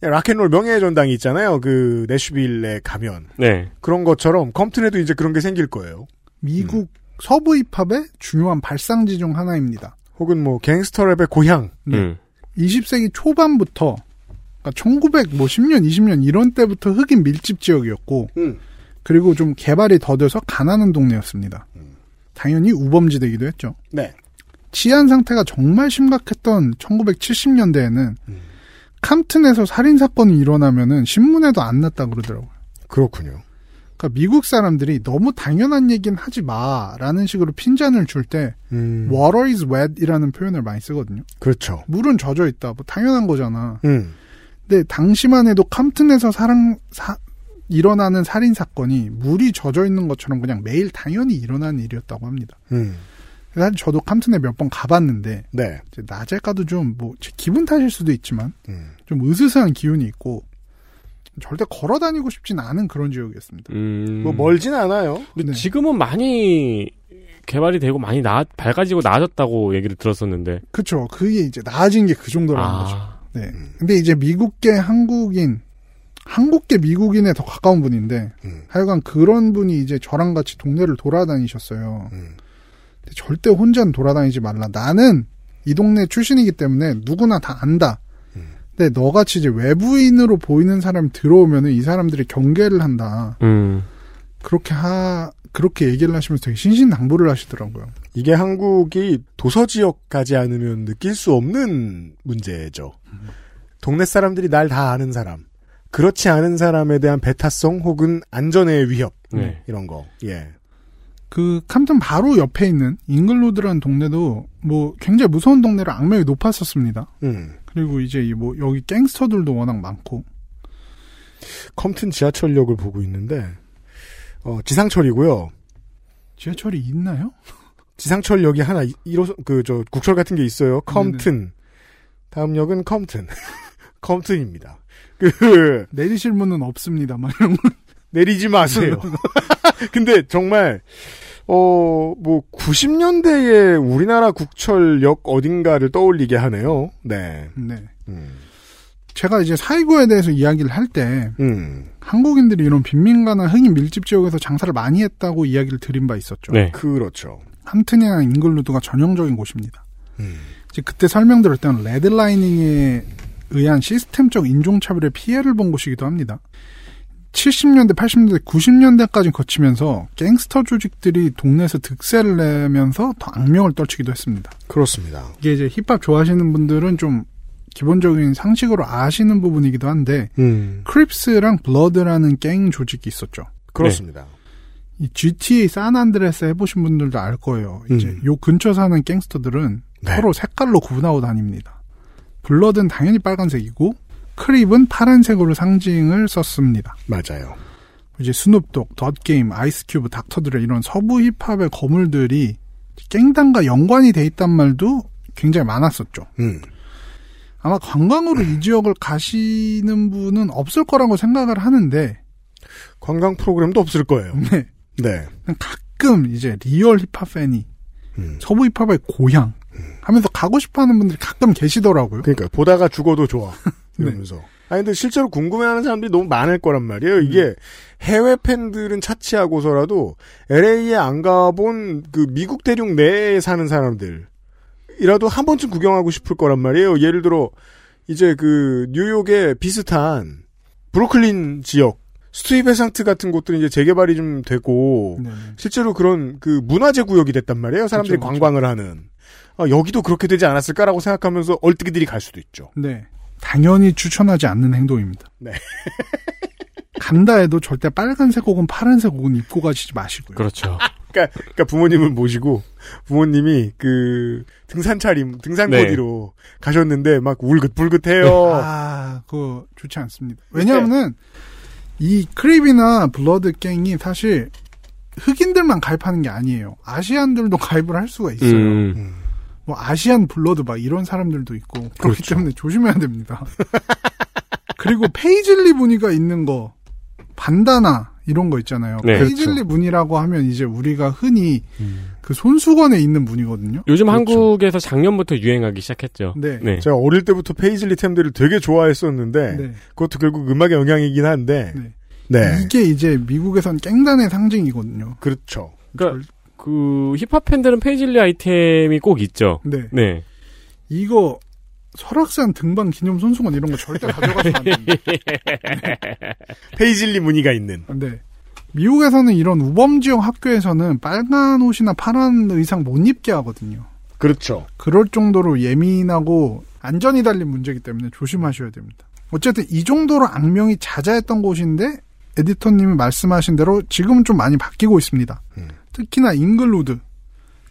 B: 락앤롤 명예의 전당이 있잖아요. 그 내슈빌에 가면
C: 네.
B: 그런 것처럼 컴튼에도 이제 그런 게 생길 거예요.
H: 미국
B: 음.
H: 서부 힙합의 중요한 발상지 중 하나입니다.
B: 혹은 뭐 갱스터랩의 고향.
H: 네.
C: 음.
H: 20세기 초반부터 그러니까 1910년, 20년 이런 때부터 흑인 밀집 지역이었고
B: 음.
H: 그리고 좀 개발이 더 돼서 가난한 동네였습니다.
B: 음.
H: 당연히 우범지대이기도 했죠.
B: 네.
H: 치안 상태가 정말 심각했던 1970년대에는
B: 음.
H: 캄튼에서 살인 사건이 일어나면은 신문에도 안 났다 그러더라고요.
B: 그렇군요.
H: 그러니까 미국 사람들이 너무 당연한 얘기는 하지 마라는 식으로 핀잔을 줄 때
B: 음.
H: water is wet이라는 표현을 많이 쓰거든요.
B: 그렇죠.
H: 물은 젖어 있다. 뭐 당연한 거잖아.
B: 음.
H: 근데 네, 당시만 해도 캄튼에서 사랑 사- 일어나는 살인 사건이 물이 젖어 있는 것처럼 그냥 매일 당연히 일어나는 일이었다고 합니다.
B: 음.
H: 사실 저도 캄튼에 몇 번 가봤는데
B: 네.
H: 이제 낮에 가도 좀뭐 기분 탓일 수도 있지만
B: 음.
H: 좀 으스스한 기운이 있고 절대 걸어 다니고 싶진 않은 그런 지역이었습니다.
C: 음.
B: 뭐 멀진 않아요.
C: 근데
H: 네.
C: 지금은 많이 개발이 되고 많이 나 밝아지고 나아졌다고 얘기를 들었었는데.
H: 그쵸. 그게 이제 나아진 게 그 정도라는 거죠.
C: 아.
H: 네.
B: 음.
H: 근데 이제 미국계 한국인, 한국계 미국인에 더 가까운 분인데,
B: 음.
H: 하여간 그런 분이 이제 저랑 같이 동네를 돌아다니셨어요.
B: 음.
H: 근데 절대 혼자는 돌아다니지 말라. 나는 이 동네 출신이기 때문에 누구나 다 안다.
B: 음.
H: 근데 너같이 이제 외부인으로 보이는 사람이 들어오면은 이 사람들이 경계를 한다.
C: 음.
H: 그렇게 하, 그렇게 얘기를 하시면서 되게 신신당부를 하시더라고요.
B: 이게 한국이 도서 지역 가지 않으면 느낄 수 없는 문제죠. 동네 사람들이 날 다 아는 사람. 그렇지 않은 사람에 대한 배타성 혹은 안전의 위협.
C: 네.
B: 이런 거. 예.
H: 그 캄튼 바로 옆에 있는 잉글로드라는 동네도 뭐 굉장히 무서운 동네로 악명이 높았었습니다.
B: 음.
H: 그리고 이제 이 뭐 여기 갱스터들도 워낙 많고
B: 컴튼 지하철역을 보고 있는데 어, 지상철이고요.
H: 지하철이 있나요?
B: 지상철역이 하나 1호선 그저 국철 같은 게 있어요. 컴튼. 다음 역은 컴튼. *laughs* 컴튼입니다. 그
H: 내리실 문은 없습니다. 막 이런
B: 내리지 마세요. *laughs* 근데 정말 어 뭐 90년대에 우리나라 국철역 어딘가를 떠올리게 하네요. 네.
H: 거. 네.
B: 음.
H: 제가 이제 사이고에 대해서 이야기를 할 때
B: 음.
H: 한국인들이 이런 빈민가나 흑인 밀집 지역에서 장사를 많이 했다고 이야기를 드린 바 있었죠.
C: 네.
B: 그렇죠.
H: 함튼이나 잉글루드가 전형적인 곳입니다.
B: 음.
H: 이제 그때 설명드릴 때는 레드라이닝에 의한 시스템적 인종차별의 피해를 본 곳이기도 합니다. 70년대, 80년대, 90년대까지 거치면서 갱스터 조직들이 동네에서 득세를 내면서 더 악명을 떨치기도 했습니다.
B: 그렇습니다.
H: 이게 이제 힙합 좋아하시는 분들은 좀 기본적인 상식으로 아시는 부분이기도 한데
B: 음.
H: 크립스랑 블러드라는 갱 조직이 있었죠.
B: 그렇습니다.
H: 이 GTA 산안드레스 해보신 분들도 알 거예요. 이제
B: 음.
H: 요 근처 사는 갱스터들은
B: 네.
H: 서로 색깔로 구분하고 다닙니다. 블러드는 당연히 빨간색이고 크립은 파란색으로 상징을 썼습니다.
B: 맞아요.
H: 이제 스눕독, 덧게임, 아이스큐브, 닥터들의 이런 서부 힙합의 거물들이 갱단과 연관이 돼 있단 말도 굉장히 많았었죠.
B: 음.
H: 아마 관광으로 이 지역을 가시는 분은 없을 거라고 생각을 하는데
B: 관광 프로그램도 없을 거예요.
H: 네.
B: 네.
H: 가끔 이제 리얼 힙합 팬이
B: 음.
H: 서부 힙합의 고향 하면서 가고 싶어하는 분들이 가끔 계시더라고요. 네.
B: 그러니까 보다가 죽어도
H: *laughs*
B: 좋아 이러면서. 아니 근데 실제로 궁금해하는 사람들이 너무 많을 거란
H: 음.
B: 말이에요. 이게 해외 팬들은 차치하고서라도 LA에 안 가본 그 미국 대륙 내에 사는 사람들이라도 한 번쯤 구경하고 싶을 거란 말이에요. 예를 들어 이제 그 뉴욕의 비슷한 브루클린 지역 스트리베상트 같은 곳들이 이제 재개발이 좀 되고
H: 네.
B: 실제로 그런 그 문화재 구역이 됐단 말이에요. 사람들이
H: 그쵸, 그쵸.
B: 관광을 하는. 아, 여기도 그렇게 되지 않았을까라고 생각하면서 얼뜨기들이 갈 수도 있죠.
H: 네. 당연히 추천하지 않는 행동입니다.
B: 네.
H: *laughs* 간다 해도 절대 빨간색 혹은 파란색 옷은 입고 가시지 마시고요.
C: 그렇죠.
B: 그러니까, 그러니까 부모님을 모시고 부모님이 그 등산 차림, 등산
C: 네.
B: 코디로 가셨는데 막 울긋불긋해요.
H: 아, 그거 좋지 않습니다. 왜냐하면은
B: 네.
H: 이 크립이나 블러드 갱이 사실 흑인들만 가입하는 게 아니에요. 아시안들도 가입을 할 수가 있어요.
C: 음.
H: 뭐 아시안 블러드 막 이런 사람들도 있고 그렇기
B: 그렇죠.
H: 때문에 조심해야 됩니다. *laughs* 그리고 페이즐리 무늬가 있는 거 반다나 이런 거 있잖아요.
C: 네.
H: 페이즐리 무늬라고 하면 이제 우리가 흔히 그 손수건에 있는 무늬거든요.
C: 요즘
B: 그렇죠.
C: 한국에서 작년부터 유행하기 시작했죠.
H: 네.
B: 제가 어릴 때부터 페이즐리 템들을 되게 좋아했었는데
H: 네.
B: 그것도 결국 음악의 영향이긴 한데
H: 네.
B: 네,
H: 이게 이제 미국에선 깽단의 상징이거든요.
B: 그렇죠.
C: 그러니까 그 힙합 팬들은 페이즐리 아이템이 꼭 있죠.
H: 네.
C: 네.
H: 이거 설악산 등반 기념 손수건 이런 거 절대 가져가시면 안 됩니다.
B: 페이즐리 무늬가 있는
H: *laughs* 네. 미국에서는 이런 우범 지역 학교에서는 빨간 옷이나 파란 의상 못 입게 하거든요.
B: 그렇죠.
H: 그럴 정도로 예민하고 안전이 달린 문제이기 때문에 조심하셔야 됩니다. 어쨌든 이 정도로 악명이 자자했던 곳인데 에디터님이 말씀하신 대로 지금은 좀 많이 바뀌고 있습니다.
B: 음.
H: 특히나 잉글루드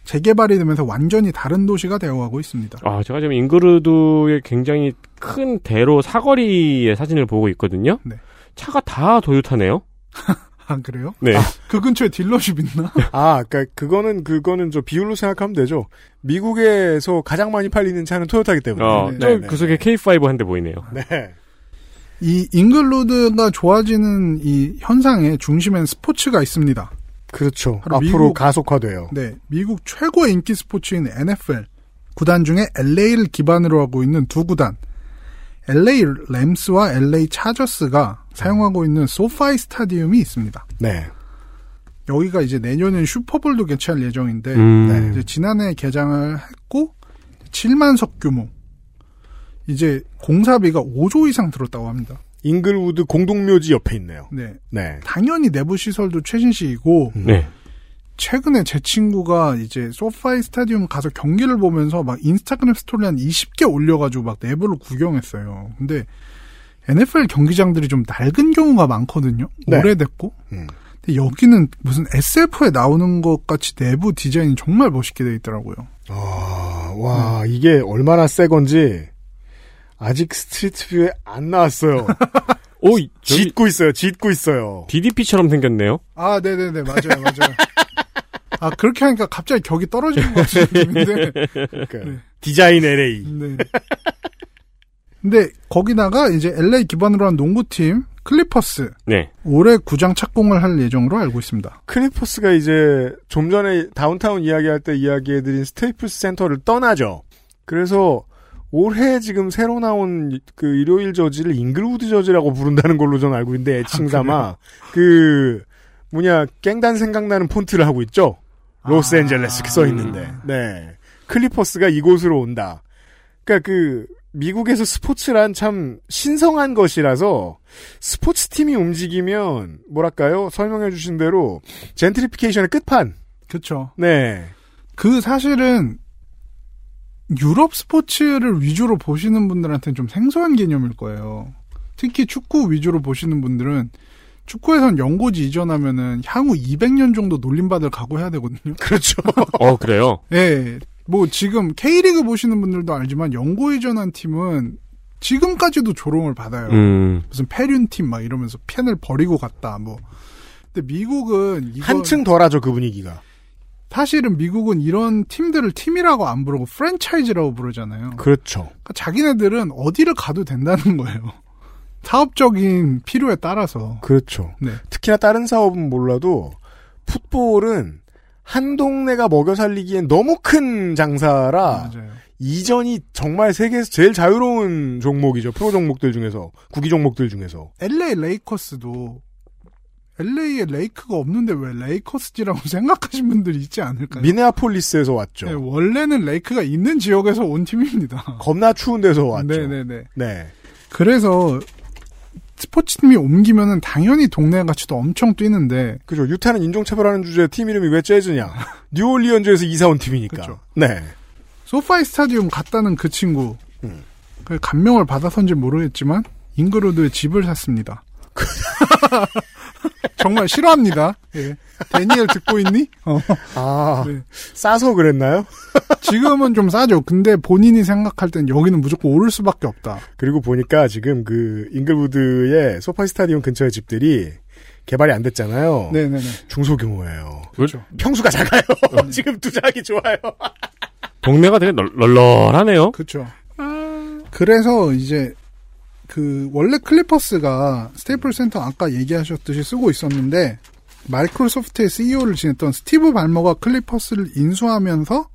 H: 재개발이 되면서 완전히 다른 도시가 되어가고 있습니다.
C: 아, 제가 지금 잉그루드의 굉장히 큰 대로 사거리의 사진을 보고 있거든요.
H: 네.
C: 차가 다 도요타네요.
H: 아 그래요?
C: 네.
H: 그 근처에 딜러십 있나?
B: 아, 그러니까 그거는 그거는 저 비율로 생각하면 되죠. 미국에서 가장 많이 팔리는 차는 토요타기 때문에.
C: 어,
H: 네,
B: 네,
C: 저그
B: 네.
C: 속에 K5 한 대 보이네요.
B: 네.
H: 이 잉글루드가 좋아지는 이 현상의 중심엔 스포츠가 있습니다.
B: 그렇죠.
H: 바로
B: 앞으로
H: 미국-
B: 가속화돼요.
H: 네, 미국 최고의 인기 스포츠인 NFL 구단 중에 LA를 기반으로 하고 있는 두 구단 LA 램스와 LA 차저스가 사용하고 있는 소파이 스타디움이 있습니다.
B: 네.
H: 여기가 이제 내년엔 슈퍼볼도 개최할 예정인데
C: 음.
H: 네, 이제 지난해 개장을 했고 7만석 규모 이제 공사비가 5조 이상 들었다고 합니다.
B: 잉글우드 공동묘지 옆에 있네요.
H: 네,
B: 네.
H: 당연히 내부 시설도 최신식이고
C: 네.
H: 최근에 제 친구가 이제 소파이 스타디움 가서 경기를 보면서 막 인스타그램 스토리 한 20개 올려가지고 막 내부를 구경했어요. 근데 NFL 경기장들이 좀 낡은 경우가 많거든요.
B: 네.
H: 오래됐고.
B: 음.
H: 근데 여기는 무슨 SF에 나오는 것 같이 내부 디자인이 정말 멋있게 돼 있더라고요.
B: 아, 와, 이게 얼마나 새 건지 아직 스트리트 뷰에 안 나왔어요.
C: 오, 이- 저기
B: 짓고 있어요. 짓고 있어요.
C: DDP처럼 생겼네요.
H: 아, 네네네. 맞아요. 맞아요. 아, 그렇게 하니까 갑자기 격이 떨어지는 것 같은 느낌인데.
B: 그러니까 디자인 LA.
H: 네. 근데 거기다가 이제 LA 기반으로 한 농구팀 클리퍼스
C: 네.
H: 올해 구장 착공을 할 예정으로 알고 있습니다.
B: 크리퍼스가 이제 좀 전에 다운타운 이야기할 때 이야기해드린 스테이플스 센터를 떠나죠. 그래서 올해 지금 새로 나온 그 일요일 저지를 잉글우드 저지라고 부른다는 걸로 전 알고 있는데 애칭 삼아 그 뭐냐 깽단 생각나는 폰트를 하고 있죠. 아. 로스앤젤레스 써 있는데 네 클리퍼스가 이곳으로 온다. 그러니까 그 미국에서 스포츠란 참 신성한 것이라서 스포츠 팀이 움직이면 뭐랄까요? 설명해 주신 대로 젠트리피케이션의 끝판.
H: 그렇죠.
B: 네.
H: 그 사실은 유럽 스포츠를 위주로 보시는 분들한테는 좀 생소한 개념일 거예요. 특히 축구 위주로 보시는 분들은 축구에선 연고지 이전하면은 향후 200년 정도 놀림받을 각오해야 되거든요.
B: 그렇죠.
C: 어, 그래요?
H: 예. 뭐 지금 K리그 보시는 분들도 알지만 연고 이전한 팀은 지금까지도 조롱을 받아요.
C: 음.
H: 무슨 패륜 팀 막 이러면서 팬을 버리고 갔다 뭐. 근데 미국은 이건-
B: *laughs* 한층 덜하죠, 그 분위기가.
H: 사실은 미국은 이런 팀들을 팀이라고 안 부르고 프랜차이즈라고 부르잖아요.
B: 그렇죠.
H: 그러니까 자기네들은 어디를 가도 된다는 거예요. *laughs* 사업적인 필요에 따라서.
B: 그렇죠.
H: 네.
B: 특히나 다른 사업은 몰라도 풋볼은 한 동네가 먹여 살리기엔 너무 큰 장사라
H: 맞아요.
B: 이전이 정말 세계에서 제일 자유로운 종목이죠. 프로 종목들 중에서 구기 종목들 중에서
H: LA 레이커스도 LA에 레이크가 없는데 왜 레이커스지라고 *laughs* 생각하신 분들이 있지 않을까요?
B: 미네아폴리스에서 왔죠.
H: 네, 원래는 레이크가 있는 지역에서 온 팀입니다.
B: 겁나 추운 데서 왔죠.
H: 네네네.
B: 네.
H: 그래서 스포츠팀이 옮기면은 당연히 동네 가치도 엄청 뛰는데
B: 그죠. 유타는 인종차별하는 주제에 팀 이름이 왜 재즈냐. 뉴올리언즈에서 이사 온 팀이니까.
H: 그쵸.
B: 네.
H: 소파이 스타디움 갔다는 그 친구
B: 음.
H: 그 감명을 받아서인지 모르겠지만 잉그로드의 집을 샀습니다. *laughs* 정말 싫어합니다. 예. 데니엘 듣고 있니? 어.
B: 아,
H: 네.
B: 싸서 그랬나요?
H: 지금은 좀 싸죠. 근데 본인이 생각할 땐 여기는 무조건 오를 수밖에 없다.
B: 그리고 보니까 지금 그 잉글우드의 소파 스타디움 근처의 집들이 개발이 안 됐잖아요.
H: 네네네.
B: 중소규모예요.
C: 그렇죠.
B: 평수가 작아요. *laughs* 지금 투자하기 좋아요.
C: 동네가 되게 널- 널널하네요.
H: 그렇죠. 그래서 이제 그 원래 클리퍼스가 스테이플 센터 아까 얘기하셨듯이 쓰고 있었는데 마이크로소프트의 CEO를 지냈던 스티브 발머가 클리퍼스를 인수하면서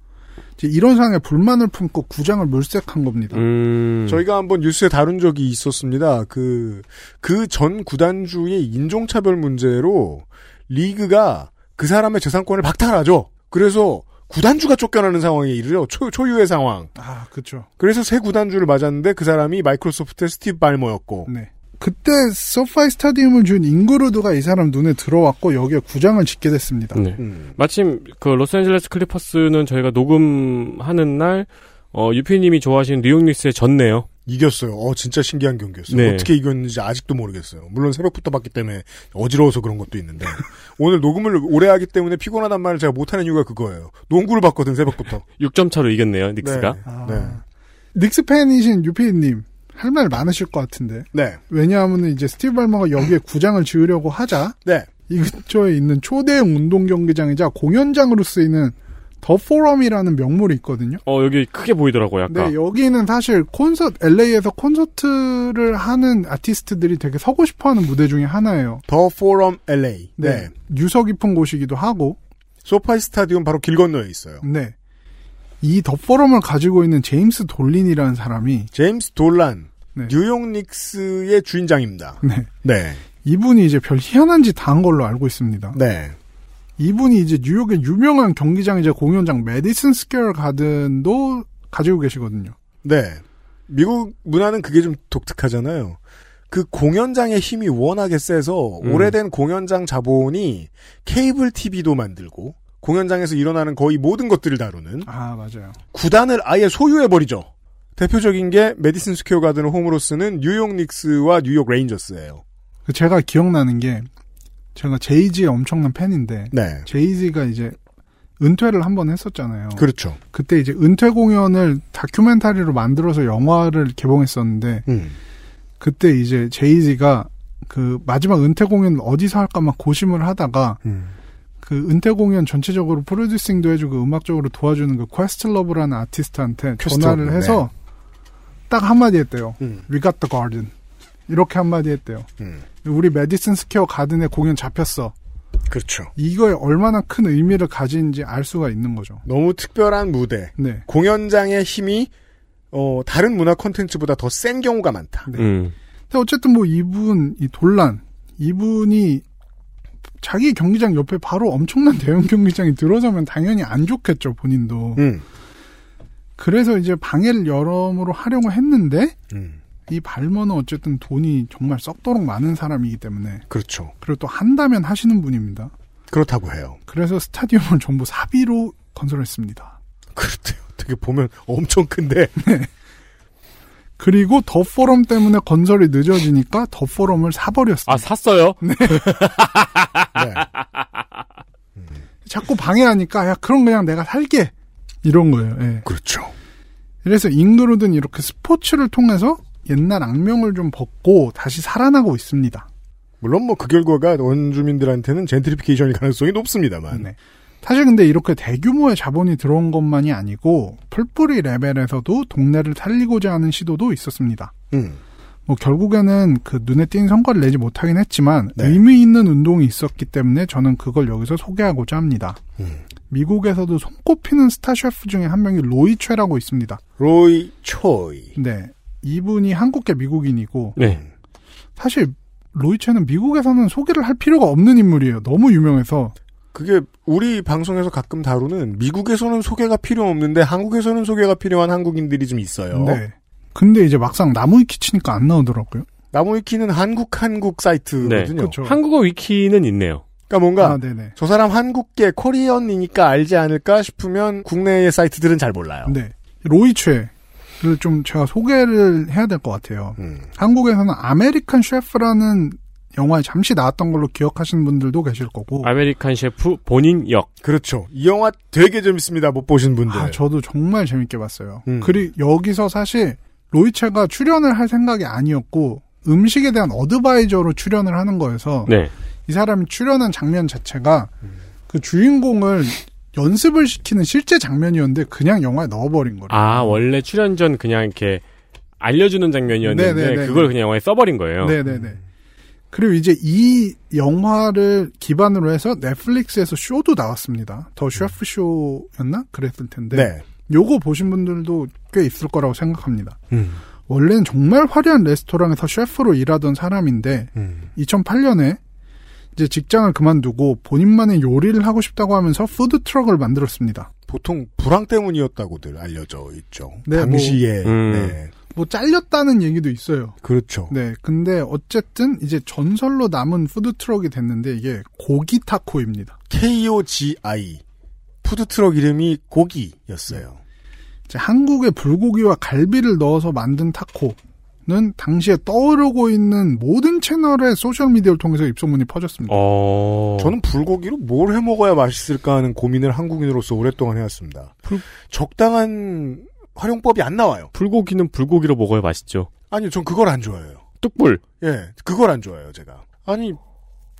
H: 이제 이런 상황에 불만을 품고 구장을 물색한 겁니다.
C: 음.
B: 저희가 한번 뉴스에 다룬 적이 있었습니다. 그, 그 전 구단주의 인종차별 문제로 리그가 그 사람의 재산권을 박탈하죠. 그래서 구단주가 쫓겨나는 상황에 이르죠. 초, 초유의 상황.
H: 아, 그렇죠.
B: 그래서 새 구단주를 맞았는데 그 사람이 마이크로소프트의 스티브 발머였고.
H: 네. 그때 소파이 스타디움을 준 잉그루드가 이 사람 눈에 들어왔고 여기에 구장을 짓게 됐습니다.
C: 네.
B: 음.
C: 마침 그 로스앤젤레스 클리퍼스는 저희가 녹음하는 날 어, 유피님이 좋아하시는 뉴욕 뉴스에 졌네요.
B: 이겼어요. 어, 진짜 신기한 경기였어요.
C: 네.
B: 어떻게 이겼는지 아직도 모르겠어요. 물론 새벽부터 봤기 때문에 어지러워서 그런 것도 있는데. *laughs* 오늘 녹음을 오래 하기 때문에 피곤하단 말을 제가 못하는 이유가 그거예요. 농구를 봤거든,
C: *laughs*
B: 새벽부터.
C: 6점 차로 이겼네요. 닉스가.
B: 네.
H: 아.
B: 네.
H: 닉스 팬이신 유피님 할 말 많으실 것 같은데
B: 네.
H: 왜냐하면 이제 스티브 발머가 여기에 구장을 지으려고 하자
B: 네.
H: 이 근처에 있는 초대형 운동 경기장이자 공연장으로 쓰이는 더 포럼이라는 명물이 있거든요.
C: 어 여기 크게 보이더라고요. 아까.
H: 네, 여기는 사실 콘서트 LA에서 콘서트를 하는 아티스트들이 되게 서고 싶어하는 무대 중에 하나예요.
B: 더 포럼 LA. 네.
H: 유서 깊은 곳이기도 하고,
B: 소파이 스타디움 바로 길 건너에 있어요.
H: 네. 이 더 포럼을 가지고 있는 제임스 돌린이라는 사람이
B: 제임스 돌란.
H: 네.
B: 뉴욕 닉스의 주인장입니다.
H: 네.
B: 네.
H: 이분이 이제 별 희한한 짓 다 한 걸로 알고 있습니다.
B: 네.
H: 이분이 이제 뉴욕의 유명한 경기장이자 공연장 메디슨 스퀘어 가든도 가지고 계시거든요.
B: 네. 미국 문화는 그게 좀 독특하잖아요. 그 공연장의 힘이 워낙에 세서
C: 음.
B: 오래된 공연장 자본이 케이블 TV도 만들고 공연장에서 일어나는 거의 모든 것들을 다루는
H: 아, 맞아요.
B: 구단을 아예 소유해버리죠. 대표적인 게 메디슨 스퀘어 가든을 홈으로 쓰는 뉴욕 닉스와 뉴욕 레인저스예요.
H: 그 제가 기억나는 게 제가 제이지의 엄청난 팬인데
B: 네.
H: 제이지가 이제 은퇴를 한 번 했었잖아요.
B: 그렇죠.
H: 그, 때 이제 은퇴 공연을 다큐멘터리로 만들어서 영화를 개봉했었는데
B: 음.
H: 그때 이제 제이지가 그 마지막 은퇴 공연을 어디서 할까 막 고심을 하다가 그 은퇴 공연 전체적으로 프로듀싱도 해주고 음악적으로 도와주는 그 퀘스트러브라는 아티스트한테
B: 퀘스트
H: 전화를
B: 러브, 네.
H: 해서 딱 한마디 했대요.
B: 음.
H: We got the garden. 이렇게 한마디 했대요.
B: 음.
H: 우리 메디슨 스퀘어 가든에 공연 잡혔어.
B: 그렇죠.
H: 이거에 얼마나 큰 의미를 가진지 알 수가 있는 거죠.
B: 너무 특별한 무대.
H: 네.
B: 공연장의 힘이 어, 다른 문화 콘텐츠보다 더 센 경우가 많다.
C: 음.
H: 근데 어쨌든 뭐 이분, 이 돌란, 이분이 자기 경기장 옆에 *laughs* 바로 엄청난 대형 경기장이 들어서면 당연히 안 좋겠죠, 본인도.
B: 음.
H: 그래서 이제 방해를 여러모로 하려고 했는데
B: 음.
H: 이 발머는 어쨌든 돈이 정말 썩도록 많은 사람이기 때문에
B: 그렇죠.
H: 그리고 또 한다면 하시는 분입니다.
B: 그렇다고 해요.
H: 그래서 스타디움을 전부 사비로 건설했습니다.
B: 그렇대요. 되게 보면 엄청 큰데.
H: 그리고 더 포럼 때문에 건설이 늦어지니까 더 포럼을 사버렸어요.
C: 아 샀어요?
H: 네.
B: 네.
H: *laughs* 자꾸 방해하니까 야 그럼 그냥 내가 살게 이런 거예요. 예.
B: 그렇죠.
H: 그래서 잉그로든 이렇게 스포츠를 통해서 옛날 악명을 좀 벗고 다시 살아나고 있습니다.
B: 물론 뭐 그 결과가 원주민들한테는 젠트리피케이션일 가능성이 높습니다만.
H: 네. 사실 근데 이렇게 대규모의 자본이 들어온 것만이 아니고 풀뿌리 레벨에서도 동네를 살리고자 하는 시도도 있었습니다.
B: 음.
H: 뭐 결국에는 그 눈에 띈 성과를 내지 못하긴 했지만
B: 네.
H: 의미 있는 운동이 있었기 때문에 저는 그걸 여기서 소개하고자 합니다.
B: 음.
H: 미국에서도 손꼽히는 스타 셰프 중에 한 명이 로이 최라고 있습니다.
B: 로이 초이.
H: 네. 이분이 한국계 미국인이고
C: 네.
H: 사실 로이 최는 미국에서는 소개를 할 필요가 없는 인물이에요. 너무 유명해서.
B: 그게 우리 방송에서 가끔 다루는 미국에서는 소개가 필요 없는데 한국에서는 소개가 필요한 한국인들이 좀 있어요.
H: 네. 근데 이제 막상 나무 위키 치니까 안 나오더라고요.
B: 나무위키는 한국 한국
C: 네.
B: 사이트거든요.
H: 그렇죠.
C: 한국어 위키는 있네요.
B: 그러니까 뭔가
H: 아, 네네.
B: 저 사람 한국계 코리언이니까 알지 않을까 싶으면 국내의 사이트들은 잘 몰라요.
H: 네. 로이 최를 좀 제가 소개를 해야 될 것 같아요.
B: 음.
H: 한국에서는 아메리칸 셰프라는 영화에 잠시 나왔던 걸로 기억하시는 분들도 계실 거고.
C: 아메리칸 셰프 본인 역.
B: 그렇죠. 이 영화 되게 재밌습니다. 못 보신 분들.
H: 아, 저도 정말 재밌게 봤어요.
B: 음.
H: 그리고 여기서 사실 로이체가 출연을 할 생각이 아니었고 음식에 대한 어드바이저로 출연을 하는 거여서
C: 네.
H: 이 사람이 출연한 장면 자체가 그 주인공을 연습을 시키는 실제 장면이었는데 그냥 영화에 넣어버린 거예요.
C: 아 원래 출연 전 그냥 이렇게 알려주는 장면이었는데
H: 네네네네.
C: 그걸 그냥 영화에 써버린 거예요.
H: 네네네. 그리고 이제 이 영화를 기반으로 해서 넷플릭스에서 쇼도 나왔습니다. 더 셰프 쇼였나? 그랬을 텐데.
B: 네.
H: 요거 보신 분들도 꽤 있을 거라고 생각합니다.
B: 음.
H: 원래는 정말 화려한 레스토랑에서 셰프로 일하던 사람인데
B: 음.
H: 2008년에 이제 직장을 그만두고 본인만의 요리를 하고 싶다고 하면서 푸드 트럭을 만들었습니다.
B: 보통 불황 때문이었다고들 알려져 있죠.
H: 네,
B: 당시에.
C: 음.
B: 네.
H: 뭐 잘렸다는 얘기도 있어요.
B: 그렇죠.
H: 네, 근데 어쨌든 이제 전설로 남은 푸드 트럭이 됐는데 이게 고기 타코입니다.
B: KOGI. 푸드트럭 이름이 고기였어요.
H: 이제 한국의 불고기와 갈비를 넣어서 만든 타코는 당시에 떠오르고 있는 모든 채널의 소셜 미디어를 통해서 입소문이 퍼졌습니다.
C: 어.
B: 저는 불고기로 뭘 해 먹어야 맛있을까 하는 고민을 한국인으로서 오랫동안 해왔습니다. 적당한 활용법이 안 나와요.
C: 불고기는 불고기로 먹어야 맛있죠.
B: 아니, 전 그걸 안 좋아해요.
C: 뚝불.
B: 예, 그걸 안 좋아해요, 제가. 아니,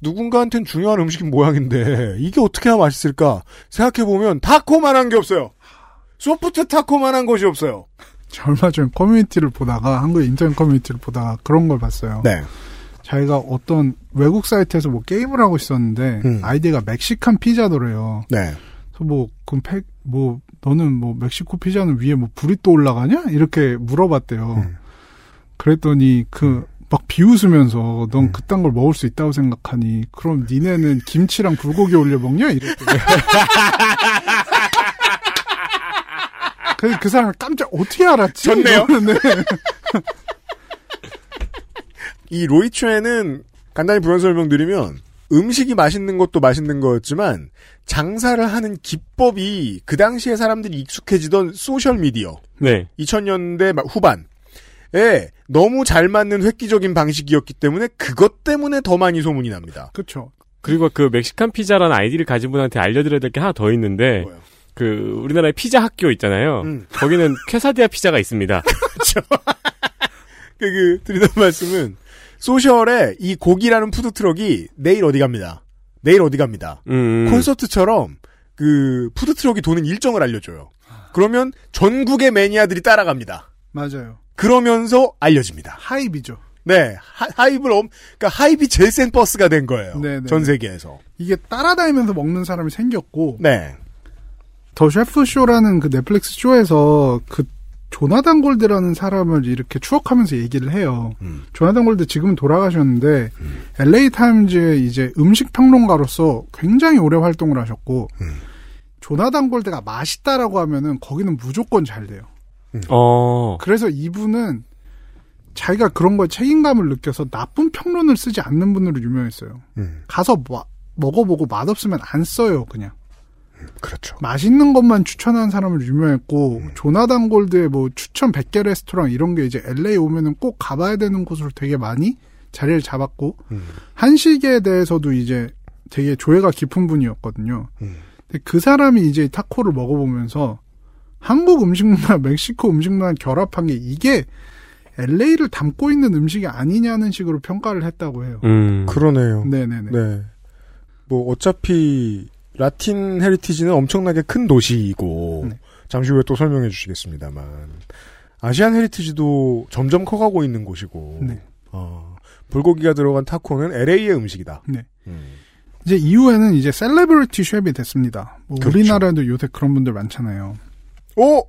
B: 누군가한텐 중요한 음식인 모양인데, 이게 어떻게 해야 맛있을까? 생각해보면, 타코만 한 게 없어요. 소프트 타코만 한 것이 없어요.
H: 저 얼마 전 커뮤니티를 보다가 한국 인터넷 커뮤니티를 보다가 그런 걸 봤어요.
B: 네.
H: 자기가 어떤 외국 사이트에서 뭐 게임을 하고 있었는데
B: 음.
H: 아이디가 멕시칸 피자더래요.
B: 네.
H: 그래서 뭐 그럼 팩, 뭐 너는 뭐 멕시코 피자는 위에 뭐 불이 또 올라가냐 이렇게 물어봤대요.
B: 음.
H: 그랬더니 그
B: 네.
H: 막 비웃으면서 넌 그딴 걸 먹을 수 있다고 생각하니 그럼 니네는 김치랑 불고기 올려
B: *laughs*
H: 먹냐 이랬대요. 그래서 그 사람 깜짝 어떻게 알았지? *laughs*
B: 좋네요.
H: 이러는데
B: 이 로이초에는 간단히 부연 설명드리면 음식이 맛있는 것도 맛있는 거였지만 장사를 하는 기법이 그 당시에 사람들이 익숙해지던 소셜 미디어
C: 네.
B: 2000년대 마- 후반에 너무 잘 맞는 획기적인 방식이었기 때문에 그것 때문에 더 많이 소문이 납니다.
H: 그렇죠.
C: 그리고 그 멕시칸 피자라는 아이디를 가진 분한테 알려드려야 될 게 하나 더 있는데
B: 뭐요?
C: 그 우리나라에 피자 학교 있잖아요.
B: 음.
C: 거기는 *laughs* 퀘사디아 피자가 있습니다.
B: 그, 그 드리는 말씀은 소셜에 이 고기라는 푸드 트럭이 내일 어디 갑니다. 내일 어디 갑니다.
C: 음.
B: 콘서트처럼 그 푸드 트럭이 도는 일정을 알려줘요. 그러면 전국의 매니아들이 따라갑니다.
H: 맞아요.
B: 그러면서 알려집니다.
H: 하입이죠.
B: 네, 하, 하이브를 엄, 그러니까 하이브 제일 센 버스가 된 거예요.
H: 네네.
B: 전 세계에서.
H: 이게 따라다니면서 먹는 사람이 생겼고
B: 네,
H: 더 셰프 쇼라는 그 넷플릭스 쇼에서 그 조나단 골드라는 사람을 이렇게 추억하면서 얘기를 해요.
B: 음.
H: 조나단 골드 지금 돌아가셨는데 LA 타임즈의 이제 음식 평론가로서 굉장히 오래 활동을 하셨고 조나단 골드가 맛있다라고 하면은 거기는 무조건 잘 돼요.
C: 어.
H: 그래서 이분은 자기가 그런 거에 책임감을 느껴서 나쁜 평론을 쓰지 않는 분으로 유명했어요.
B: 음.
H: 가서 마- 먹어보고 맛없으면 안 써요, 그냥.
B: 그렇죠. 음.
H: 맛있는 것만 추천하는 사람으로 유명했고, 조나단 골드의 뭐 추천 100개 레스토랑 이런 게 이제 LA 오면은 꼭 가봐야 되는 곳으로 되게 많이 자리를 잡았고,
B: 음.
H: 한식에 대해서도 이제 되게 조예가 깊은 분이었거든요.
B: 음.
H: 근데 그 사람이 이제 타코를 먹어보면서 한국 음식 문화, *laughs* 멕시코 음식 문화 결합한 게 이게 LA를 담고 있는 음식이 아니냐는 식으로 평가를 했다고 해요.
C: 음.
B: 그러네요.
H: 네네네.
B: 네. 뭐 어차피 라틴 헤리티지는 엄청나게 큰 도시이고
H: 네.
B: 잠시 후에 또 설명해 주시겠습니다만 아시안 헤리티지도 점점 커가고 있는 곳이고
H: 네.
B: 어, 불고기가 들어간 타코는 LA의 음식이다.
H: 네.
B: 음.
H: 이제 이후에는 이제 셀레브리티 쉐입이 됐습니다. 뭐
B: 그렇죠.
H: 우리나라에도 요새 그런 분들 많잖아요.
B: 오 어?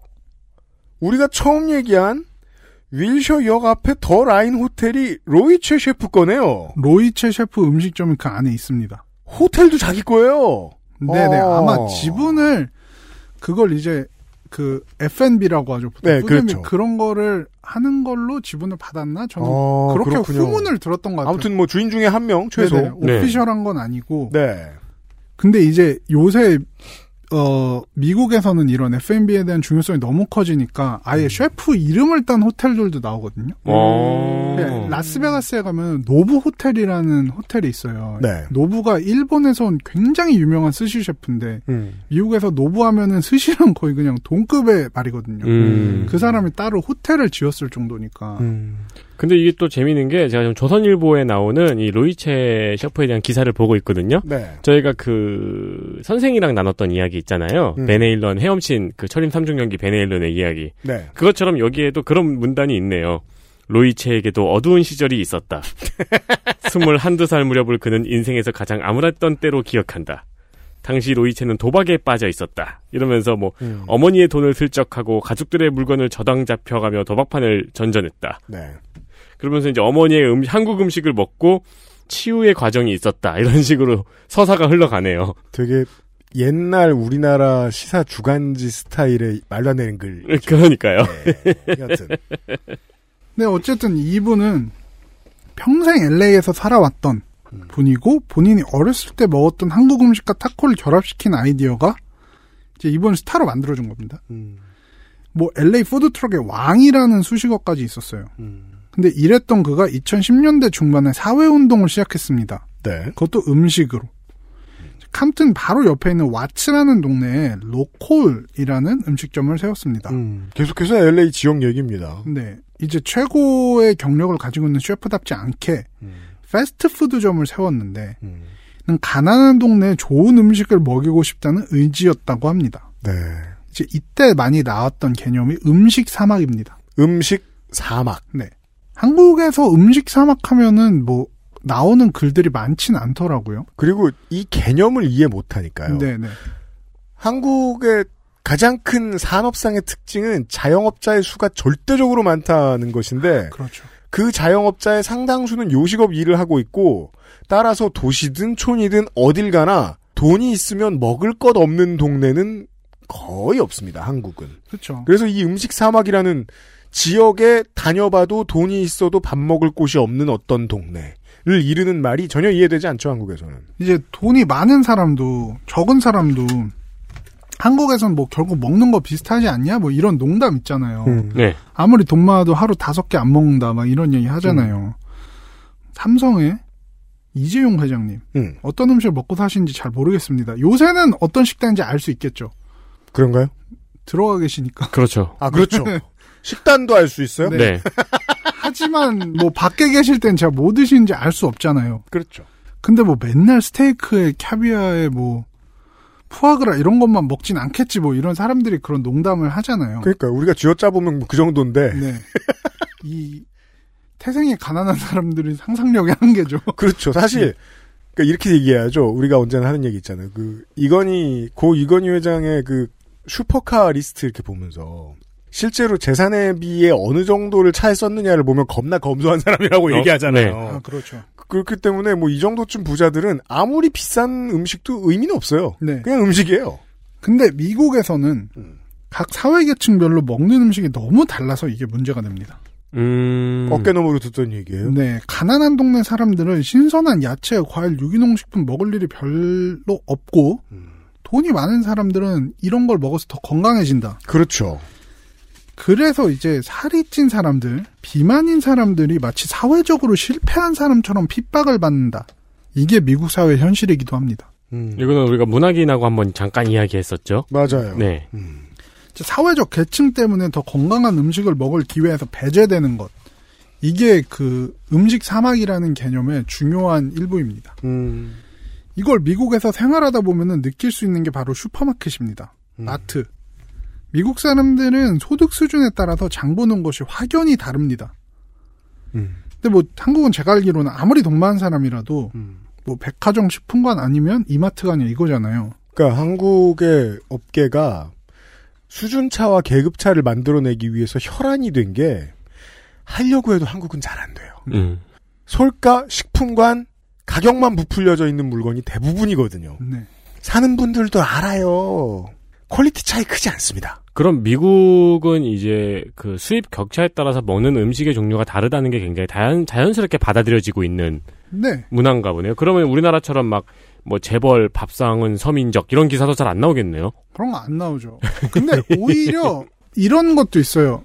B: 우리가 처음 얘기한 윌셔 역 앞에 더 라인 호텔이 로이체 셰프 거네요.
H: 로이체 셰프 음식점이 그 안에 있습니다.
B: 호텔도 자기 거예요.
H: 네네.
B: 어.
H: 아마 지분을 그걸 이제 그 F&B라고 하죠. 보통
B: 네,
H: 뿌리면
B: 그렇죠.
H: 그런 거를 하는 걸로 지분을 받았나? 저는
B: 어,
H: 그렇게
B: 그렇군요.
H: 후문을 들었던 것 같아요.
B: 아무튼 뭐 주인 중에 한 명 최소.
H: 네네.
C: 네.
H: 오피셜한 건 아니고
B: 네.
H: 근데 이제 요새 어 미국에서는 이런 F&B에 대한 중요성이 너무 커지니까 아예 셰프 이름을 딴 호텔들도 나오거든요.
C: 어.
H: 네, 라스베가스에 가면 노부 호텔이라는 호텔이 있어요.
B: 네.
H: 노부가 일본에서 온 굉장히 유명한 스시 셰프인데
B: 음.
H: 미국에서 노부 하면은 스시랑 거의 그냥 동급의 말이거든요.
C: 음.
H: 그 사람이 따로 호텔을 지었을 정도니까.
B: 음.
C: 근데 이게 또 재미있는 게 제가 지금 조선일보에 나오는 이 로이체 셰프에 대한 기사를 보고 있거든요.
B: 네.
C: 저희가 그 선생이랑 나눴던 이야기 있잖아요.
B: 음.
C: 베네일런 헤엄친 그 철임 삼중연기 베네일런의 이야기.
B: 네.
C: 그것처럼 여기에도 그런 문단이 있네요. 로이체에게도 어두운
B: *laughs*
C: 시절이 있었다. 스물한두 살 무렵을 그는 인생에서 가장 암울했던 때로 기억한다. 당시 로이체는 도박에 빠져 있었다. 이러면서 뭐
B: 음.
C: 어머니의 돈을 슬쩍하고 가족들의 물건을 저당 잡혀가며 도박판을 전전했다.
B: 네.
C: 그러면서 이제 어머니의 음, 한국 음식을 먹고 치유의 과정이 있었다. 이런 식으로 서사가 흘러가네요.
B: 되게 옛날 우리나라 시사 주간지 스타일의 말도 안 되는 글. *laughs*
C: 그렇죠. 그러니까요.
B: 네. 여튼.
H: 네, 어쨌든 이분은 평생 LA에서 살아왔던
B: 음.
H: 분이고 본인이 어렸을 때 먹었던 한국 음식과 타코를 결합시킨 아이디어가 이제 이번 스타로 만들어준 겁니다.
B: 음.
H: 뭐 LA 푸드 트럭의 왕이라는 수식어까지 있었어요.
B: 음.
H: 근데 이랬던 그가 2010년대 중반에 사회 운동을 시작했습니다.
B: 네.
H: 그것도 음식으로. 캄튼 바로 옆에 있는 와츠라는 동네에 로콜이라는 음식점을 세웠습니다.
B: 음. 계속해서 LA 지역 얘기입니다.
H: 네. 이제 최고의 경력을 가지고 있는 셰프답지 않게 패스트푸드점을 세웠는데
B: 음.
H: 가난한 동네에 좋은 음식을 먹이고 싶다는 의지였다고 합니다.
B: 네.
H: 이제 이때 많이 나왔던 개념이 음식 사막입니다.
B: 음식 사막.
H: 네. 한국에서 음식 사막 하면은 뭐 나오는 글들이 많진 않더라고요.
B: 그리고 이 개념을 이해 못하니까요.
H: 네, 네.
B: 한국의 가장 큰 산업상의 특징은 자영업자의 수가 절대적으로 많다는 것인데
H: 그렇죠.
B: 그 자영업자의 상당수는 요식업 일을 하고 있고 따라서 도시든 촌이든 어딜 가나 돈이 있으면 먹을 것 없는 동네는 거의 없습니다. 한국은.
H: 그렇죠.
B: 그래서 이 음식 사막이라는 지역에 다녀봐도 돈이 있어도 밥 먹을 곳이 없는 어떤 동네를 이르는 말이 전혀 이해되지 않죠. 한국에서는.
H: 이제 돈이 많은 사람도 적은 사람도 한국에선 뭐 결국 먹는 거 비슷하지 않냐 뭐 이런 농담
B: 음.
H: 있잖아요.
C: 네.
H: 아무리 돈 많아도 하루 다섯 개 안 먹는다 막 이런 얘기 하잖아요. 삼성의 이재용 회장님
B: 음.
H: 어떤 음식을 먹고 사시는지 잘 모르겠습니다. 요새는 어떤 식당인지 알 수 있겠죠.
B: 그런가요?
H: 들어가 계시니까. *laughs*
C: 그렇죠.
B: 아 *laughs* 그렇죠. 식단도 알 수 있어요?
H: 네.
C: 네.
H: 하지만 뭐 밖에 계실 땐 제가 뭐 드시는지 알 수 없잖아요.
B: 그렇죠.
H: 근데 뭐 맨날 스테이크에 캐비아에 뭐 푸아그라 이런 것만 먹진 않겠지 뭐 이런 사람들이 그런 농담을 하잖아요.
B: 그러니까 우리가 쥐어짜보면 뭐그 정도인데
H: 네. 이 태생이 가난한 사람들이 상상력의 한계죠.
B: 그렇죠.
H: 음.
B: 사실 그러니까 이렇게 얘기해야죠. 우리가 언제나 하는 얘기 있잖아요. 그 이건희 고 이건희 회장의 그 슈퍼카 리스트 이렇게 보면서 실제로 재산에 비해 어느 정도를 차에 썼느냐를 보면 겁나 검소한 *laughs* 사람이라고
C: 어,
B: 얘기하잖아요.
H: 아 그렇죠.
B: 그렇기 때문에 뭐 이 정도쯤 부자들은 아무리 비싼 음식도 의미는 없어요.
H: 네.
B: 그냥 음식이에요.
H: 근데 미국에서는 각 사회계층별로 먹는 음식이 너무 달라서 이게 문제가 됩니다.
C: 네. 음.
H: 음.
B: 어깨너머로 듣던 얘기예요.
H: 네, 가난한 동네 사람들은 신선한 야채, 과일, 유기농 식품 먹을 일이 별로 없고
B: 음.
H: 돈이 많은 사람들은 이런 걸 먹어서 더 건강해진다.
B: 그렇죠.
H: 그래서 이제 살이 찐 사람들, 비만인 사람들이 마치 사회적으로 실패한 사람처럼 핍박을 받는다. 이게 미국 사회 현실이기도 합니다.
C: 이거는 우리가 문학인하고 한번 잠깐 이야기했었죠.
B: 음. 맞아요.
C: 네.
H: 자, 사회적 계층 때문에 더 건강한 음식을 먹을 기회에서 배제되는 것. 이게 그 음식 사막이라는 개념의 중요한 일부입니다.
B: 음.
H: 이걸 미국에서 생활하다 보면은 느낄 수 있는 게 바로 슈퍼마켓입니다. 마트. 미국 사람들은 소득 수준에 따라서 장 보는 것이 확연히 다릅니다. 근데 뭐 한국은 제가 알기로는 아무리 돈 많은 사람이라도 뭐 백화점 식품관 아니면 이마트가 아니라 이거잖아요.
B: 그러니까 한국의 업계가 수준차와 계급차를 만들어내기 위해서 혈안이 된 게 하려고 해도 한국은 잘 안 돼요.
C: 음.
B: 솔가 식품관 가격만 부풀려져 있는 물건이 대부분이거든요.
H: 네.
B: 사는 분들도 알아요. 퀄리티 차이 크지 않습니다.
C: 그럼 미국은 이제 그 수입 격차에 따라서 먹는 음식의 종류가 다르다는 게 굉장히 자연, 자연스럽게 받아들여지고 있는
H: 네.
C: 문화인가 보네요. 그러면 우리나라처럼 막 뭐 재벌 밥상은 서민적 이런 기사도 잘 안 나오겠네요.
H: 그런 거 안 나오죠. 근데 오히려 이런 것도 있어요.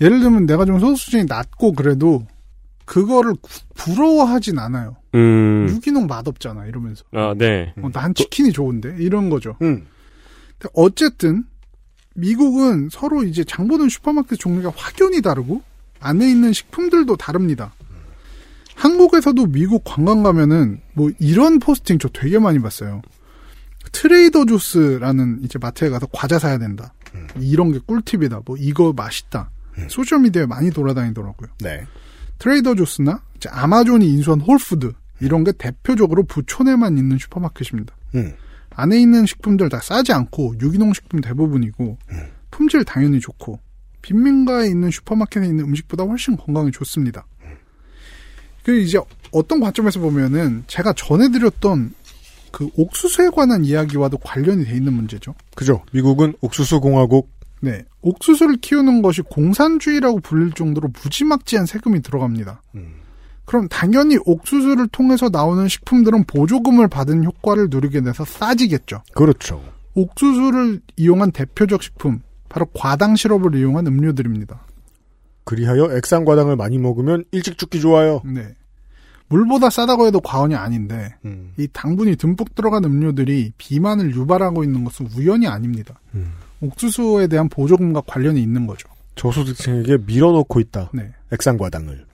H: 예를 들면 내가 좀 소득 수준이 낮고 그래도 그거를 구- 부러워하진 않아요.
C: 음.
H: 유기농 맛없잖아 이러면서
C: 아, 네.
H: 어, 난 치킨이 좋은데 이런 거죠.
B: 음.
H: 근데 어쨌든 미국은 서로 이제 장보는 슈퍼마켓 종류가 확연히 다르고 안에 있는 식품들도 다릅니다. 한국에서도 미국 관광 가면은 뭐 이런 포스팅 저 되게 많이 봤어요. 트레이더 조스라는 이제 마트에 가서 과자 사야 된다. 이런 게 꿀팁이다. 뭐 이거 맛있다. 소셜 미디어에 많이 돌아다니더라고요.
B: 네.
H: 트레이더 조스나 이제 아마존이 인수한 홀푸드 이런 게 대표적으로 부촌에만 있는 슈퍼마켓입니다.
B: 음.
H: 안에 있는 식품들 다 싸지 않고 유기농 식품 대부분이고 품질 당연히 좋고 빈민가에 있는 슈퍼마켓에 있는 음식보다 훨씬 건강에 좋습니다. 그 이제 어떤 관점에서 보면은 제가 전해드렸던 그 옥수수에 관한 이야기와도 관련이 돼 있는 문제죠.
B: 그죠. 미국은 옥수수 공화국.
H: 네, 옥수수를 키우는 것이 공산주의라고 불릴 정도로 무지막지한 세금이 들어갑니다. 그럼 당연히 옥수수를 통해서 나오는 식품들은 보조금을 받은 효과를 누리게 돼서 싸지겠죠.
B: 그렇죠.
H: 옥수수를 이용한 대표적 식품, 바로 과당 시럽을 이용한 음료들입니다.
B: 그리하여 액상과당을 많이 먹으면 일찍 죽기 좋아요.
H: 네. 물보다 싸다고 해도 과언이 아닌데,
B: 음.
H: 이 당분이 듬뿍 들어간 음료들이 비만을 유발하고 있는 것은 우연이 아닙니다. 옥수수에 대한 보조금과 관련이 있는 거죠.
B: 저소득층에게 밀어넣고 있다.
H: 네.
B: 액상과당을.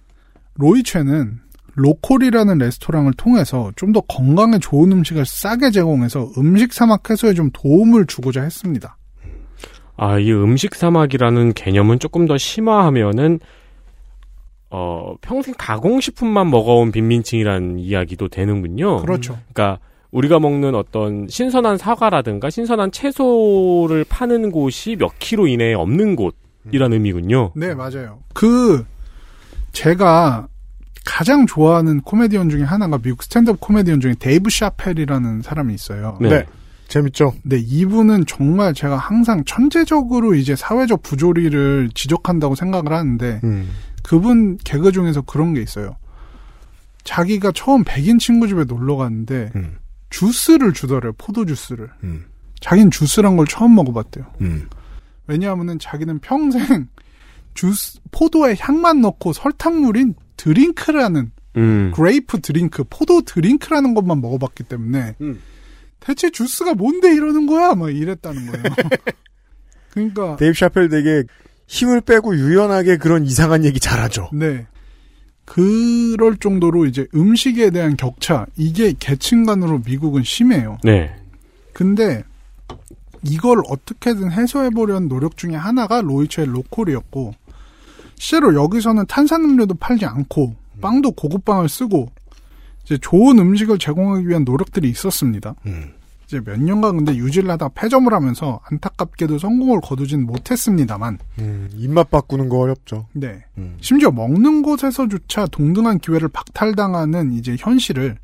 H: 로이첸은 로콜이라는 레스토랑을 통해서 좀 더 건강에 좋은 음식을 싸게 제공해서 음식 사막 해소에 좀 도움을 주고자 했습니다.
C: 아, 이 음식 사막이라는 개념은 조금 더 심화하면은 어, 평생 가공식품만 먹어온 빈민층이라는 이야기도 되는군요.
H: 그렇죠.
C: 그러니까 우리가 먹는 어떤 신선한 사과라든가 신선한 채소를 파는 곳이 몇 킬로 이내에 없는 곳이라는 의미군요.
H: 네, 맞아요. 그 제가 가장 좋아하는 코미디언 중에 하나가 미국 스탠드업 코미디언 중에 데이브 샤펠이라는 사람이 있어요.
C: 네.
B: 재밌죠?
H: 네, 이분은 정말 제가 항상 천재적으로 이제 사회적 부조리를 지적한다고 생각을 하는데
B: 음.
H: 그분 개그 중에서 그런 게 있어요. 자기가 처음 백인 친구 집에 놀러 갔는데
B: 음.
H: 주스를 주더래요. 포도 주스를.
B: 음.
H: 자기는 주스란 걸 처음 먹어봤대요.
B: 음.
H: 왜냐하면은 자기는 평생 주스 포도에 향만 넣고 설탕물인 드링크라는
C: 음.
H: 그레이프 드링크, 포도 드링크라는 것만 먹어봤기 때문에
B: 음.
H: 대체 주스가 뭔데 이러는 거야? 막
B: *laughs*
H: 이랬다는 거예요. 그러니까
B: 데이브 샤펠 되게 힘을 빼고 유연하게 그런 이상한 얘기 잘하죠.
H: 네. 그럴 정도로 이제 음식에 대한 격차, 이게 계층 간으로 미국은 심해요.
C: 네.
H: 근데 이걸 어떻게든 해소해보려는 노력 중에 하나가 로이처의 로컬이었고, 실제로 여기서는 탄산음료도 팔지 않고, 빵도 고급빵을 쓰고, 이제 좋은 음식을 제공하기 위한 노력들이 있었습니다.
B: 음.
H: 이제 몇 년간 근데 유지를 하다 패점을 하면서 안타깝게도 성공을 거두진 못했습니다만,
B: 음, 입맛 바꾸는 거 어렵죠.
H: 네.
B: 음.
H: 심지어 먹는 곳에서조차 동등한 기회를 박탈당하는 이제 현실을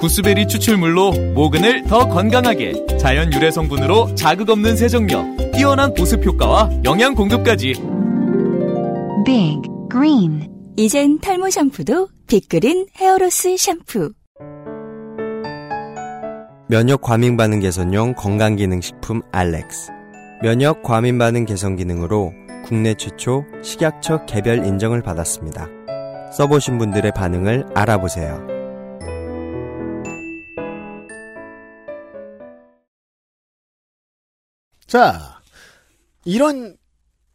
I: 구스베리 추출물로 모근을 더 건강하게 자연 유래 성분으로 자극 없는 세정력 뛰어난 보습 효과와 영양 공급까지
J: Big Green 이젠 탈모 샴푸도 빅그린 헤어로스 샴푸
K: 면역 과민 반응 개선용 건강 기능 식품 알렉스. 면역 과민 반응 개선 기능으로 국내 최초 식약처 개별 인정을 받았습니다. 써보신 분들의 반응을 알아보세요.
B: 자, 이런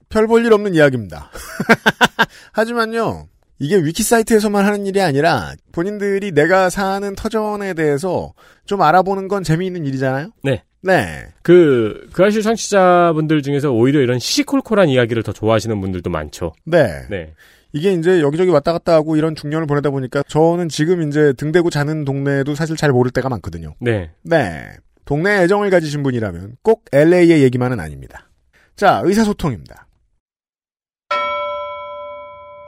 B: 별 볼 일 없는 이야기입니다. *laughs* 하지만요, 이게 위키 사이트에서만 하는 일이 아니라 본인들이 내가 사는 터전에 대해서 좀 알아보는 건 재미있는 일이잖아요?
C: 네.
B: 네.
C: 그, 그 아실 청취자분들 중에서 오히려 이런 시시콜콜한 이야기를 더 좋아하시는 분들도 많죠.
B: 네.
C: 네.
B: 이게 이제 여기저기 왔다 갔다 하고 이런 중년을 보내다 보니까 저는 지금 이제 등대고 자는 동네도 사실 잘 모를 때가 많거든요.
C: 네.
B: 네. 동네에 애정을 가지신 분이라면 꼭 LA의 얘기만은 아닙니다. 자, 의사소통입니다.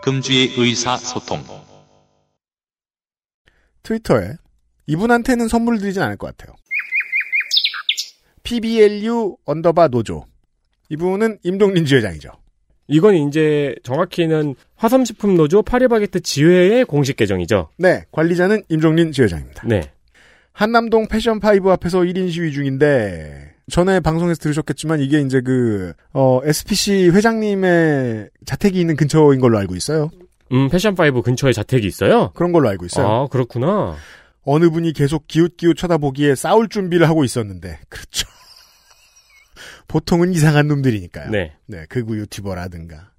L: 금주의 의사소통.
B: 트위터에 이분한테는 선물 드리진 않을 것 같아요. PBLU 언더바 노조. 이분은 임동린 지회장이죠.
C: 이건 이제 정확히는 화삼식품 노조 파리바게트 지회의 공식 계정이죠.
B: 네, 관리자는 임종린 지회장입니다.
C: 네.
B: 한남동 패션파이브 앞에서 1인 시위 중인데, 전에 방송에서 들으셨겠지만, 이게 이제 그, 어, SPC 회장님의 자택이 있는 근처인 걸로 알고 있어요.
C: 음, 패션5 근처에 자택이 있어요?
B: 그런 걸로 알고 있어요.
C: 아, 그렇구나.
B: 어느 분이 계속 기웃기웃 쳐다보기에 싸울 준비를 하고 있었는데, 그렇죠. *laughs* 보통은 이상한 놈들이니까요.
C: 네.
B: 네, 극우 유튜버라든가.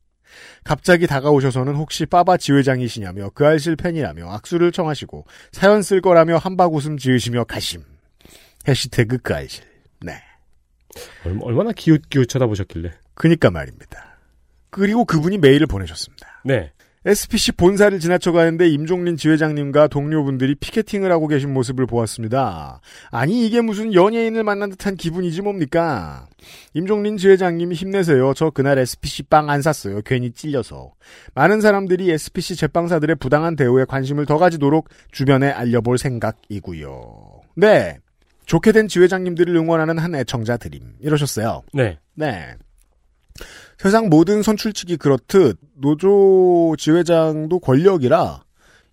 B: 갑자기 다가오셔서는 혹시 빠바 지회장이시냐며 그 알실 팬이라며 악수를 청하시고 사연 쓸 거라며 한박 웃음 지으시며 가심. 해시태그 그 알실. 네.
C: 얼- 얼마나 기웃기웃 쳐다보셨길래.
B: 그니까 말입니다. 그리고 그분이 메일을 보내셨습니다.
C: 네.
B: SPC 본사를 지나쳐 가는데 임종린 지회장님과 동료분들이 피케팅을 하고 계신 모습을 보았습니다. 아니 이게 무슨 연예인을 만난 듯한 기분이지 뭡니까? 임종린 지회장님이 힘내세요. 저 그날 SPC 빵 안 샀어요. 괜히 찔려서. 많은 사람들이 SPC 제빵사들의 부당한 대우에 관심을 더 가지도록 주변에 알려볼 생각이고요. 네. 좋게 된 지회장님들을 응원하는 한 애청자 드림. 이러셨어요.
C: 네.
B: 네. 세상 모든 선출직이 그렇듯 노조 지회장도 권력이라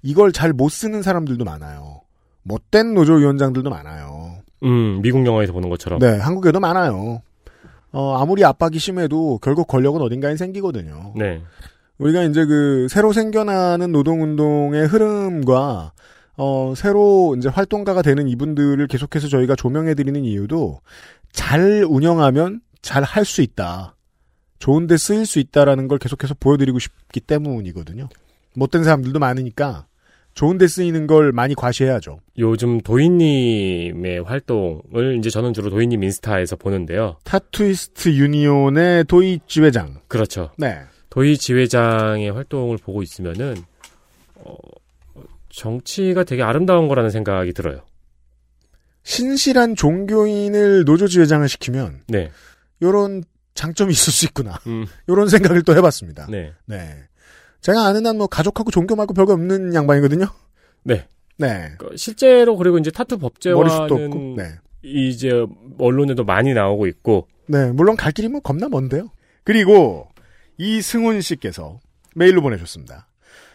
B: 이걸 잘 못 쓰는 사람들도 많아요. 못된 노조위원장들도 많아요.
C: 음, 미국 영화에서 보는 것처럼.
B: 네, 한국에도 많아요. 어, 아무리 압박이 심해도 결국 권력은 어딘가에 생기거든요.
C: 네.
B: 우리가 이제 그 새로 생겨나는 노동운동의 흐름과 어, 새로 이제 활동가가 되는 이분들을 계속해서 저희가 조명해드리는 이유도 잘 운영하면 잘 할 수 있다. 좋은데 쓰일 수 있다라는 걸 계속해서 보여드리고 싶기 때문이거든요. 못된 사람들도 많으니까 좋은데 쓰이는 걸 많이 과시해야죠.
M: 요즘 도인님의 활동을 이제 저는 주로 도인님 인스타에서 보는데요.
B: 타투이스트 유니온의 도이 지회장.
M: 그렇죠.
B: 네.
M: 도희 지회장의 활동을 보고 있으면은 어, 정치가 되게 아름다운 거라는 생각이 들어요.
B: 신실한 종교인을 노조 지회장을 시키면
M: 네.
B: 요런 장점이 있을 수 있구나.
C: 음,
B: 요런 생각을 또 해봤습니다.
M: 네.
B: 네. 제가 아는 한 뭐 가족하고 종교 말고 별거 없는 양반이거든요.
M: 네.
B: 네.
M: 그 실제로 그리고 이제 타투
B: 머리숱도 없고,
M: 법제화는
B: 네.
M: 이제 언론에도 많이 나오고 있고
B: 네, 물론 갈 길이 뭐 겁나 먼데요. 그리고 이승훈 씨께서 메일로 보내셨습니다.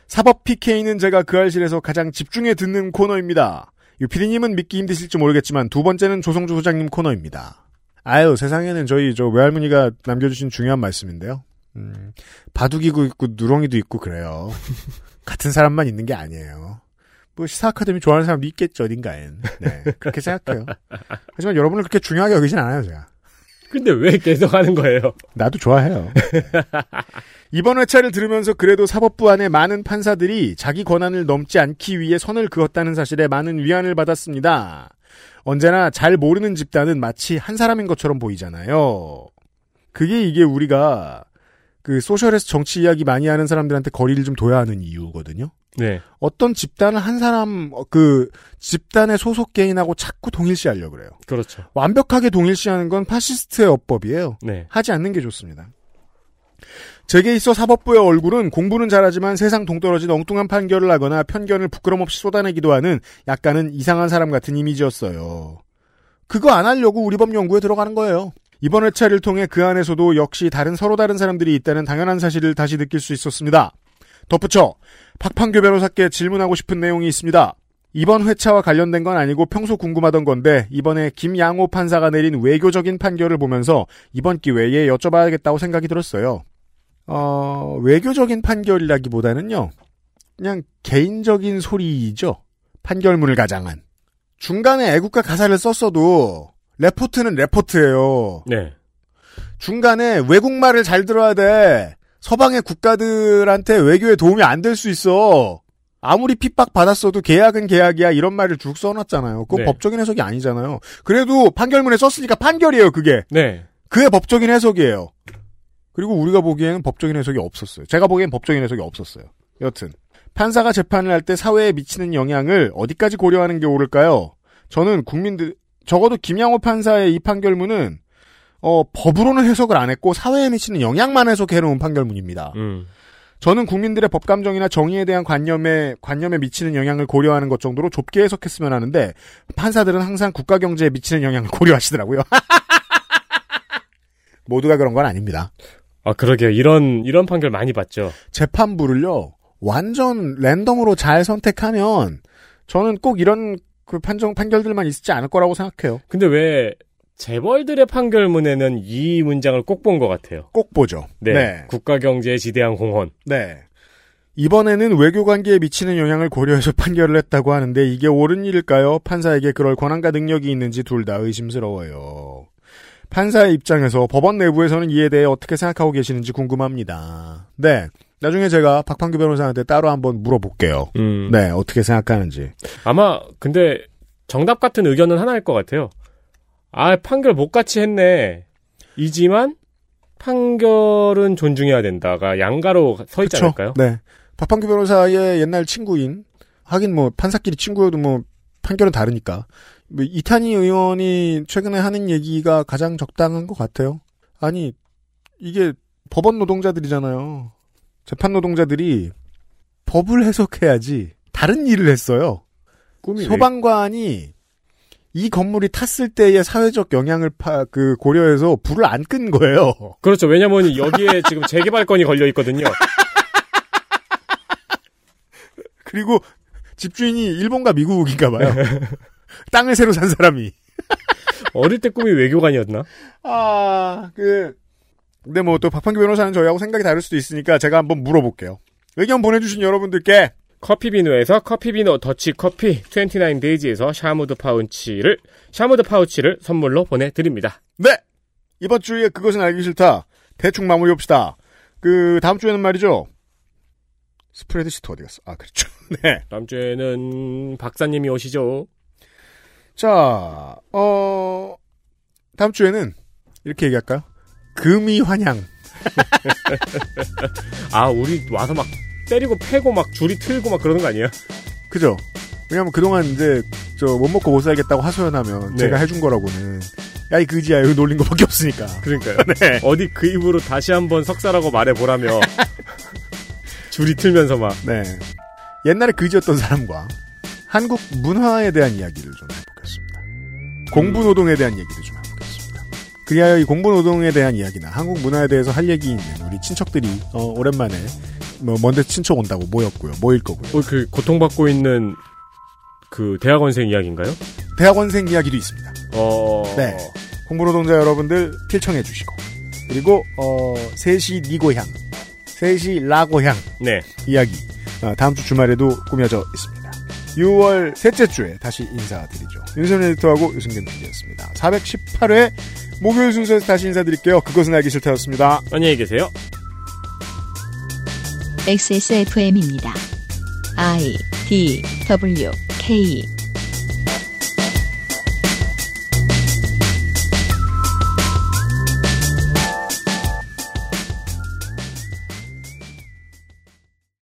B: 사법 PK는 제가 그 알실에서 가장 집중해 듣는 코너입니다. 유피디님은 믿기 힘드실지 모르겠지만 두 번째는 조성주 소장님 코너입니다. 아유 세상에는 저희 저 외할머니가 남겨주신 중요한 말씀인데요. 음, 바둑이고 있고 누렁이도 있고 그래요. *laughs* 같은 사람만 있는 게 아니에요. 뭐 시사 아카데미 좋아하는 사람도 있겠죠 어딘가엔. 네, 그렇게 생각해요. 하지만 여러분을 그렇게 중요하게 여기진 않아요 제가.
M: 근데 왜 계속 하는
B: *laughs*
M: 거예요?
B: 나도 좋아해요. 이번 회차를 들으면서 그래도 사법부 안에 많은 판사들이 자기 권한을 넘지 않기 위해 선을 그었다는 사실에 많은 위안을 받았습니다. 언제나 잘 모르는 집단은 마치 한 사람인 것처럼 보이잖아요. 그게 이게 우리가 그 소셜에서 정치 이야기 많이 하는 사람들한테 거리를 좀 둬야 하는 이유거든요.
M: 네.
B: 어떤 집단을 한 사람 어, 그 집단의 소속 개인하고 자꾸 동일시하려고 그래요.
M: 그렇죠.
B: 완벽하게 동일시하는 건 파시스트의 어법이에요.
M: 네.
B: 하지 않는 게 좋습니다. 제게 있어 사법부의 얼굴은 공부는 잘하지만 세상 동떨어진 엉뚱한 판결을 하거나 편견을 부끄럼 없이 쏟아내기도 하는 약간은 이상한 사람 같은 이미지였어요. 그거 안 하려고 우리 법 연구에 들어가는 거예요. 이번 회차를 통해 그 안에서도 역시 다른 서로 다른 사람들이 있다는 당연한 사실을 다시 느낄 수 있었습니다. 덧붙여 박판규 변호사께 질문하고 싶은 내용이 있습니다. 이번 회차와 관련된 건 아니고 평소 궁금하던 건데 이번에 김양호 판사가 내린 외교적인 판결을 보면서 이번 기회에 여쭤봐야겠다고 생각이 들었어요. 어, 외교적인 판결이라기보다는요. 그냥 개인적인 소리이죠. 판결문을 가장한. 중간에 애국가 가사를 썼어도 레포트는 레포트예요.
M: 네.
B: 중간에 외국말을 잘 들어야 돼. 서방의 국가들한테 외교에 도움이 안 될 수 있어. 아무리 핍박 받았어도 계약은 계약이야 이런 말을 쭉 써놨잖아요. 그건
M: 네.
B: 법적인 해석이 아니잖아요. 그래도 판결문에 썼으니까 판결이에요 그게.
M: 네.
B: 그게 법적인 해석이에요. 그리고 우리가 보기에는 법적인 해석이 없었어요. 제가 보기엔 법적인 해석이 없었어요. 여튼 판사가 재판을 할 때 사회에 미치는 영향을 어디까지 고려하는 게 옳을까요? 저는 국민들 적어도 김양호 판사의 이 판결문은 어, 법으로는 해석을 안 했고 사회에 미치는 영향만 해석해 놓은 판결문입니다.
M: 음.
B: 저는 국민들의 법감정이나 정의에 대한 관념에 관념에 미치는 영향을 고려하는 것 정도로 좁게 해석했으면 하는데 판사들은 항상 국가 경제에 미치는 영향을 *laughs* 고려하시더라고요. 모두가 그런 건 아닙니다.
M: 아 그러게요. 이런 이런 판결 많이 봤죠.
B: 재판부를요 완전 랜덤으로 잘 선택하면 저는 꼭 이런 그 판정 판결들만 있지 않을 거라고 생각해요.
M: 근데 왜 재벌들의 판결문에는 이 문장을 꼭 본 것 같아요.
B: 꼭 보죠.
M: 네.
B: 네.
M: 국가 경제에 지대한 공헌.
B: 네. 이번에는 외교 관계에 미치는 영향을 고려해서 *laughs* 판결을 했다고 하는데 이게 옳은 일일까요? 판사에게 그럴 권한과 능력이 있는지 둘 다 의심스러워요. 판사의 입장에서 법원 내부에서는 이에 대해 어떻게 생각하고 계시는지 궁금합니다. 네. 나중에 제가 박판규 변호사한테 따로 한번 물어볼게요.
M: 음.
B: 네, 어떻게 생각하는지.
M: 아마 근데 정답 같은 의견은 하나일 것 같아요. 아 판결 못 같이 했네. 이지만 판결은 존중해야 된다가 양가로 서 있지
B: 그쵸?
M: 않을까요?
B: 네. 박판규 변호사의 옛날 친구인 하긴 뭐 판사끼리 친구여도 뭐 판결은 다르니까 뭐 이탄희 의원이 최근에 하는 얘기가 가장 적당한 것 같아요. 아니 이게 법원 노동자들이잖아요. 재판 노동자들이 법을 해석해야지 다른 일을 했어요.
M: 꿈이
B: 소방관이 이 건물이 탔을 때의 사회적 영향을 파, 그 고려해서 불을 안 끈 거예요.
M: 그렇죠. 왜냐면 여기에 지금 재개발권이 걸려 있거든요.
B: 그리고 집주인이 일본과 미국인가 *laughs* 봐요. 땅을 새로 산 사람이.
M: 어릴 때 꿈이 외교관이었나?
B: 아, 그. 근데 뭐 또 박판규 변호사는 저희하고 생각이 다를 수도 있으니까 제가 한번 물어볼게요. 의견 보내주신 여러분들께
C: 커피비노에서 커피비노 더치 커피 29데이지에서 샤무드 파우치를 샤무드 파우치를 선물로 보내드립니다.
B: 네. 이번 주에 그것은 알기 싫다. 대충 마무리합시다. 그 다음 주에는 말이죠. 스프레드시트 어디 갔어? 아 그렇죠. *laughs* 네.
C: 다음 주에는 박사님이 오시죠.
B: 자, 어 다음 주에는 이렇게 얘기할까요? 금이 환향.
C: 아 우리 와서 막 때리고 패고 막 줄이 틀고 막 그러는 거 아니에요?
B: 그죠? 왜냐면 그동안 이제 저 못 먹고 못 살겠다고 하소연하면
C: 네.
B: 제가 해준 거라고는 야이 그지야 이거 놀린 거밖에 없으니까.
C: 그러니까요. 어디 그 입으로 다시 한번 석사라고 말해보라며 *laughs* 줄이 틀면서 막.
B: 네. 옛날에 그지였던 사람과 한국 문화에 대한 이야기를 좀 해보겠습니다. 공부 노동에 대한 얘기도 좀 해보겠습니다. 그리하여 이 공부 노동에 대한 이야기나 한국 문화에 대해서 할 얘기 있는 우리 친척들이 어, 오랜만에 뭐 먼데 친척 온다고 모였고요. 모일 거고요.
C: 어, 그 고통받고 있는 그 대학원생 이야기인가요?
B: 대학원생 이야기도 있습니다.
C: 어.
B: 네. 공부 노동자 여러분들 필청해 주시고 그리고 어 셋이 니고향, 셋이 라고향
C: 네.
B: 이야기 어, 다음 주 주말에도 꾸며져 있습니다. 6월 셋째 주에 다시 인사드리죠. 윤선일 에디터하고 유승균 PD였습니다. 418회 목요일 순서에서 다시 인사드릴게요. 그것은 알기 싫다였습니다.
C: 안녕히 계세요.
A: XSFM입니다. I D W K